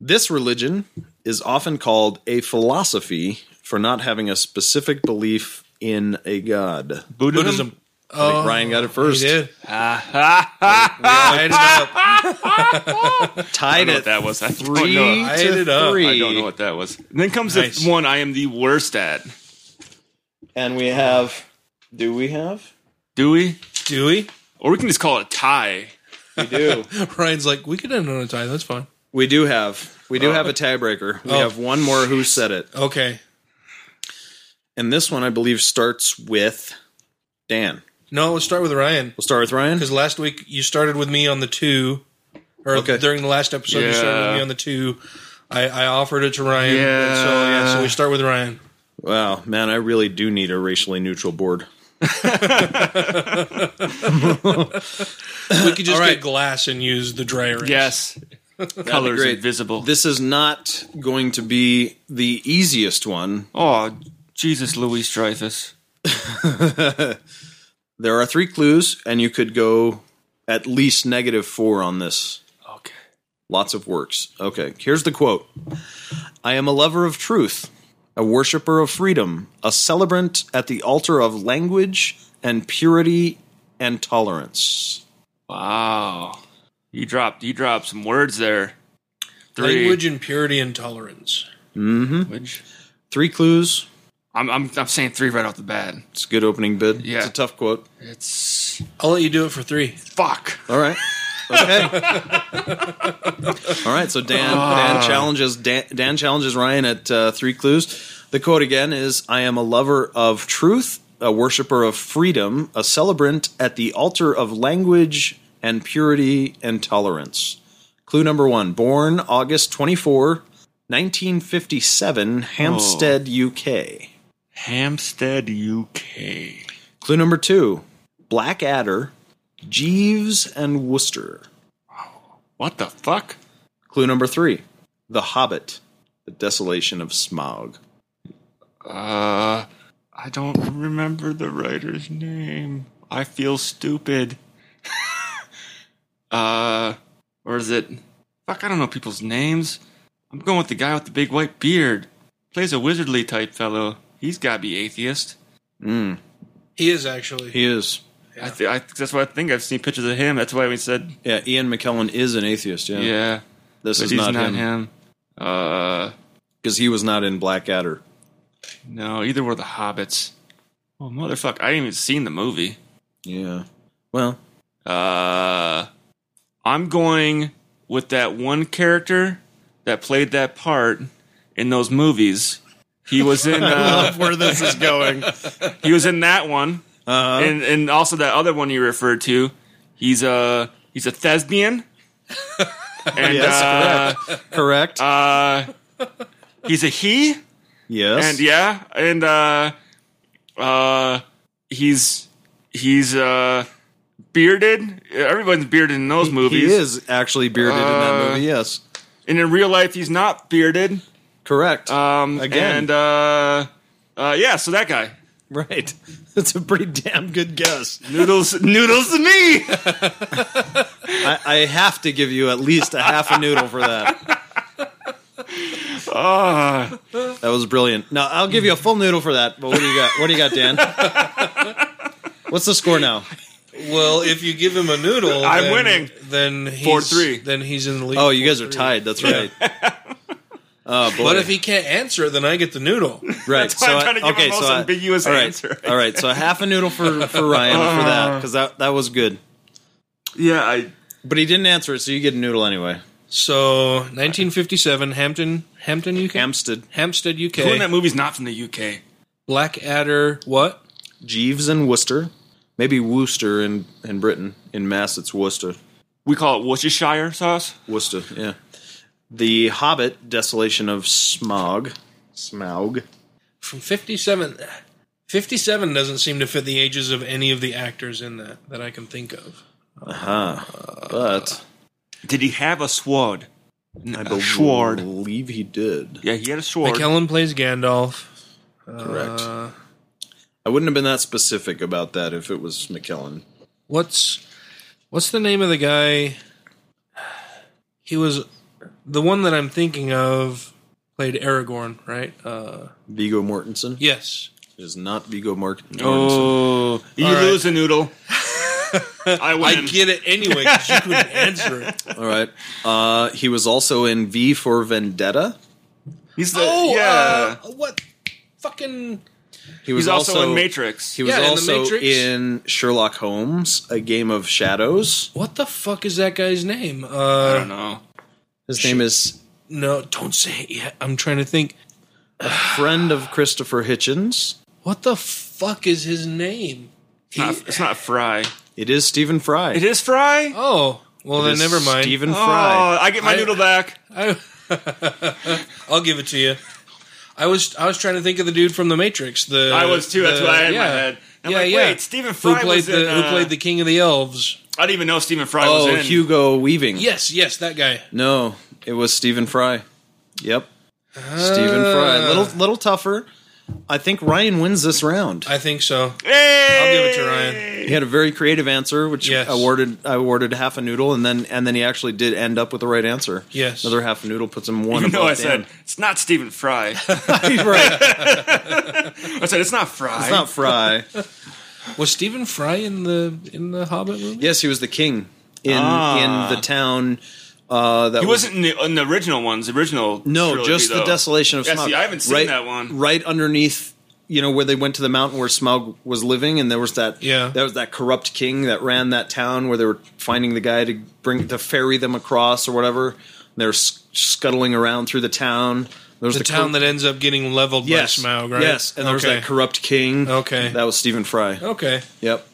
This religion is often called a philosophy for not having a specific belief in a god. Buddhism. I think Ryan got it first. Oh, He did. I ended up. I don't Tied know what it that was. I don't three know. I ate to it up. I three. I don't know what that was. And then comes Nice. the one I am the worst at. And we have. Do we have? Do we? Dewey. Or we can just call it a tie. We do. Ryan's like, we could end on a tie. That's fine. we do have. We do have a tiebreaker. We Oh. have one more who said it. Okay. And this one, I believe, starts with Dan. No, let's start with Ryan We'll start with Ryan. because last week you started with me on the two, or Okay. during the last episode you started with Yeah. me on the two. I, I offered it to Ryan. and so yeah, so we start with Ryan. Wow, man, I really do need a racially neutral board. We could just All right. get glass and use the dry erase. Yes. Colors great. invisible. This is not going to be the easiest one. oh, Jesus, Louis Dreyfus. There are three clues, and you could go at least negative four on this. Okay. Lots of works. Okay, here's the quote I am a lover of truth, a worshiper of freedom, a celebrant at the altar of language and purity and tolerance. Wow. You dropped you dropped some words there. Three. Language and purity and tolerance. Language. Three clues. I'm, I'm I'm saying three right off the bat. It's a good opening bid. Yeah. It's a tough quote. It's I'll let you do it for three. fuck. All right. Okay. All right. So Dan Dan challenges Dan, Dan challenges Ryan at uh, three clues. The quote again is: "I am a lover of truth, a worshipper of freedom, a celebrant at the altar of language and purity and tolerance." Clue number one: Born August 24, 1957, Hampstead, UK. Hampstead, UK. Clue number two: Blackadder, Jeeves and Worcester. What the fuck? Clue number three The Hobbit, The Desolation of Smaug. Uh, I don't remember the writer's name. I feel stupid. uh, or is it? Fuck, I don't know people's names. I'm going with the guy with the big white beard. Plays a wizardly type fellow. He's gotta be atheist. Mm. He is actually. He is. I, th- I that's why I think I've seen pictures of him. That's why we said Yeah, Ian McKellen is an atheist. Yeah. yeah. this But is he's not, him. Uh, Because he was not in Blackadder. no, either were the hobbits. Oh motherfucker, I ain't even seen the movie. Yeah. Well, Uh, I'm going with that one character that played that part in those movies. He was in uh, where this is going. he was in that one, Uh, and and also that other one you referred to. He's a he's a thespian, and Yes, correct. uh, uh, he's a he, yes. and yeah, and uh, uh, he's he's uh bearded. Everyone's bearded in those movies. He is actually bearded in that Uh, movie. Yes. and in real life he's not bearded. Correct. Um, Again. and uh, uh, yeah, so that guy right. That's a pretty damn good guess. noodles noodles to me. I, I have to give you at least a half a noodle for that. Ah. that was brilliant. Now I'll give you a full noodle for that. But what do you got? What do you got, Dan? What's the score now? Well, if you give him a noodle, I'm then- winning. Then he's, Four, three. Then he's in the lead. Oh, you guys are Four, tied. That's right. Oh boy! But if he can't answer it, then I get the noodle. right, That's why I'm I- trying to give him the most I- ambiguous all right, answer. Ah. All right, so a half a noodle for for Ryan for that because that that was good. Yeah, I But he didn't answer it, so you get a noodle anyway. So, 1957, Hampton, Hampton, UK, Hampstead, Hampstead, UK. who in that movie's not from the UK. Blackadder, what? Jeeves, and Worcester, maybe Worcester in in Britain. In Mass, it's Worcester. We call it Worcestershire sauce. Worcester, yeah. The Hobbit, Desolation of Smog. Smaug. From 57. 57 doesn't seem to fit the ages of any of the actors in that that I can think of. Uh-huh. But Did he have a sword? I A believe sword. he did. Yeah, he had a sword. McKellen plays Gandalf. Correct. Uh, I wouldn't have been that specific about that if it was McKellen. what's what's the name of the guy? He was the one that I'm thinking of played Aragorn, right? Uh, Vigo Mortensen yes. It is not Vigo Mort- Mortensen. Oh, you All right. lose a noodle. I win. I get it anyway because you couldn't answer it. All right. Uh, he was also in V for Vendetta. He's the Oh, yeah. uh, what? Fucking He was He's also, in Matrix. He was Yeah, in The also Matrix. in Sherlock Holmes, A Game of Shadows. what the fuck is that guy's name? Uh, I don't know. His name is No, don't say it yet. I'm trying to think. Friend of Christopher Hitchens. What the fuck is his name? It's not, it's not Fry. It is Stephen Fry. It is Fry. Oh, well then, is never mind. Stephen Oh, Fry. I get my I- noodle back. I, will give it to you. I was I was trying to think of the dude from The Matrix. The I was too. That's the- what I had in my head. I'm like, wait, Stephen Fry who played was the in, who uh, played the King of the Elves. I didn't even know Stephen Fry Oh, was in. Hugo Weaving. Yes, yes, that guy. No, it was Stephen Fry. Yep. Stephen Fry. Ah. Little little tougher. I think Ryan wins this round. I think so. Hey! I'll give it to Ryan. He had a very creative answer, which Yes. awarded I awarded half a noodle, and then and then he actually did end up with the right answer. Yes. another half a noodle puts him one. Even though above I said it's not Stephen Fry, Dan. right. I said it's not Fry. It's not Fry. Was Stephen Fry in the in the Hobbit movie? Yes, he was the king in Ah. in the town. Uh, that he was, wasn't in the, in the original ones. The original. no, trilogy, just the though. desolation of Yeah, Smaug. see, I haven't seen right, that one. Right underneath, you know, where they went to the mountain where Smaug was living, and there was that. Yeah. that was that corrupt king that ran that town where they were finding the guy to bring to ferry them across or whatever. And they were sc- scuttling around through the town. There was The, town that ends up getting leveled yes, by Smaug, right? yes, and there was Okay. that corrupt king. Okay. that was Stephen Fry. Okay. Yep.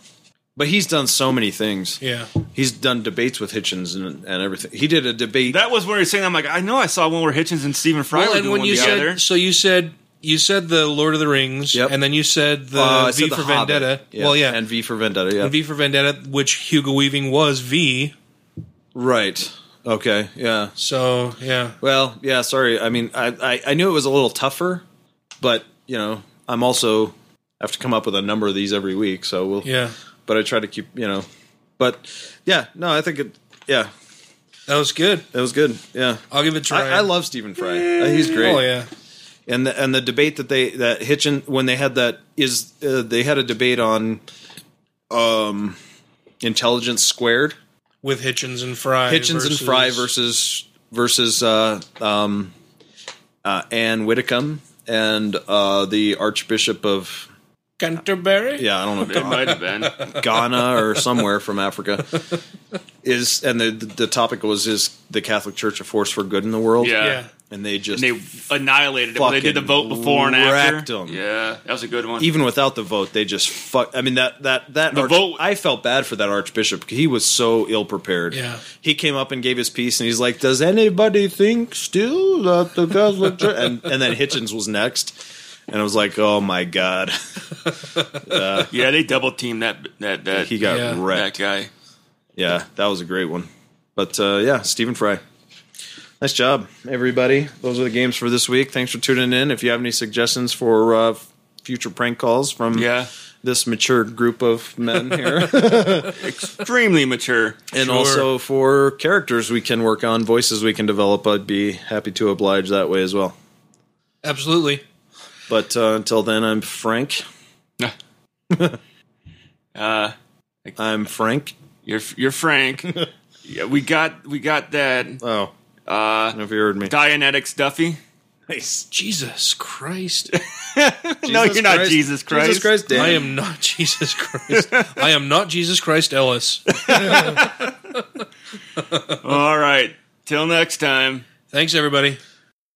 But he's done so many things. Yeah. He's done debates with Hitchens and, and everything. He did a debate. That was where you're saying. I'm like, I know I saw one where Hitchens and Stephen Fry were Well, and doing when one you said together. so, you said you said the Lord of the Rings, Yep. and then you said the Uh, I V said The for Hobbit. Vendetta. Well, yeah, and V for Vendetta. Yeah, And V for Vendetta, which Hugo Weaving was V. right. Okay. Yeah. So yeah, Well. Yeah. Sorry. I mean, I, I I knew it was a little tougher, but you know, I'm also have to come up with a number of these every week. So we'll. yeah, But I try to keep you know, but yeah. No, I think it. Yeah, that was good. that was good. Yeah. I'll give it to Ryan. I, I love Stephen Fry. Uh, He's great. Oh yeah, and the, and the debate that they that Hitchin when they had that is uh, they had a debate on um intelligence squared with Hitchens and Fry. Hitchins versus- and Fry versus versus uh um uh Anne Whitcomb and uh the Archbishop of Canterbury. yeah I don't know it might have been. Ghana or somewhere from Africa is and the the topic was is the Catholic Church a force for good in the world Yeah. Yeah. and they just And they annihilated it. Well, they did the vote before and Wrecked after. 'em. Yeah, that was a good one. even without the vote, they just fuck. I mean that that that The arch- vote- I felt bad for that archbishop. He was so ill prepared. Yeah. he came up and gave his piece, and he's like, "Does anybody think still that the Catholic Church?" and and then Hitchens was next, and I was like, "Oh my god, yeah, they double teamed that that that he got Yeah. that wrecked." guy. Yeah, that was a great one. But uh, yeah, Stephen Fry. Nice job, everybody. Those are the games for this week. Thanks for tuning in. If you have any suggestions for uh, future prank calls from Yeah, this matured group of men here. extremely mature. and Sure. also for characters we can work on, voices we can develop. I'd be happy to oblige that way as well. absolutely. But uh, until then, I'm Frank. Uh, I'm Frank. you're you're Frank. yeah, we got we got that Oh, I uh, don't know if you heard me. Dianetics Duffy. Nice. Jesus Christ! no, you're not Jesus Christ. Jesus Christ, damn. I am not Jesus Christ. I am not Jesus Christ Ellis. All right. Till next time. Thanks, everybody.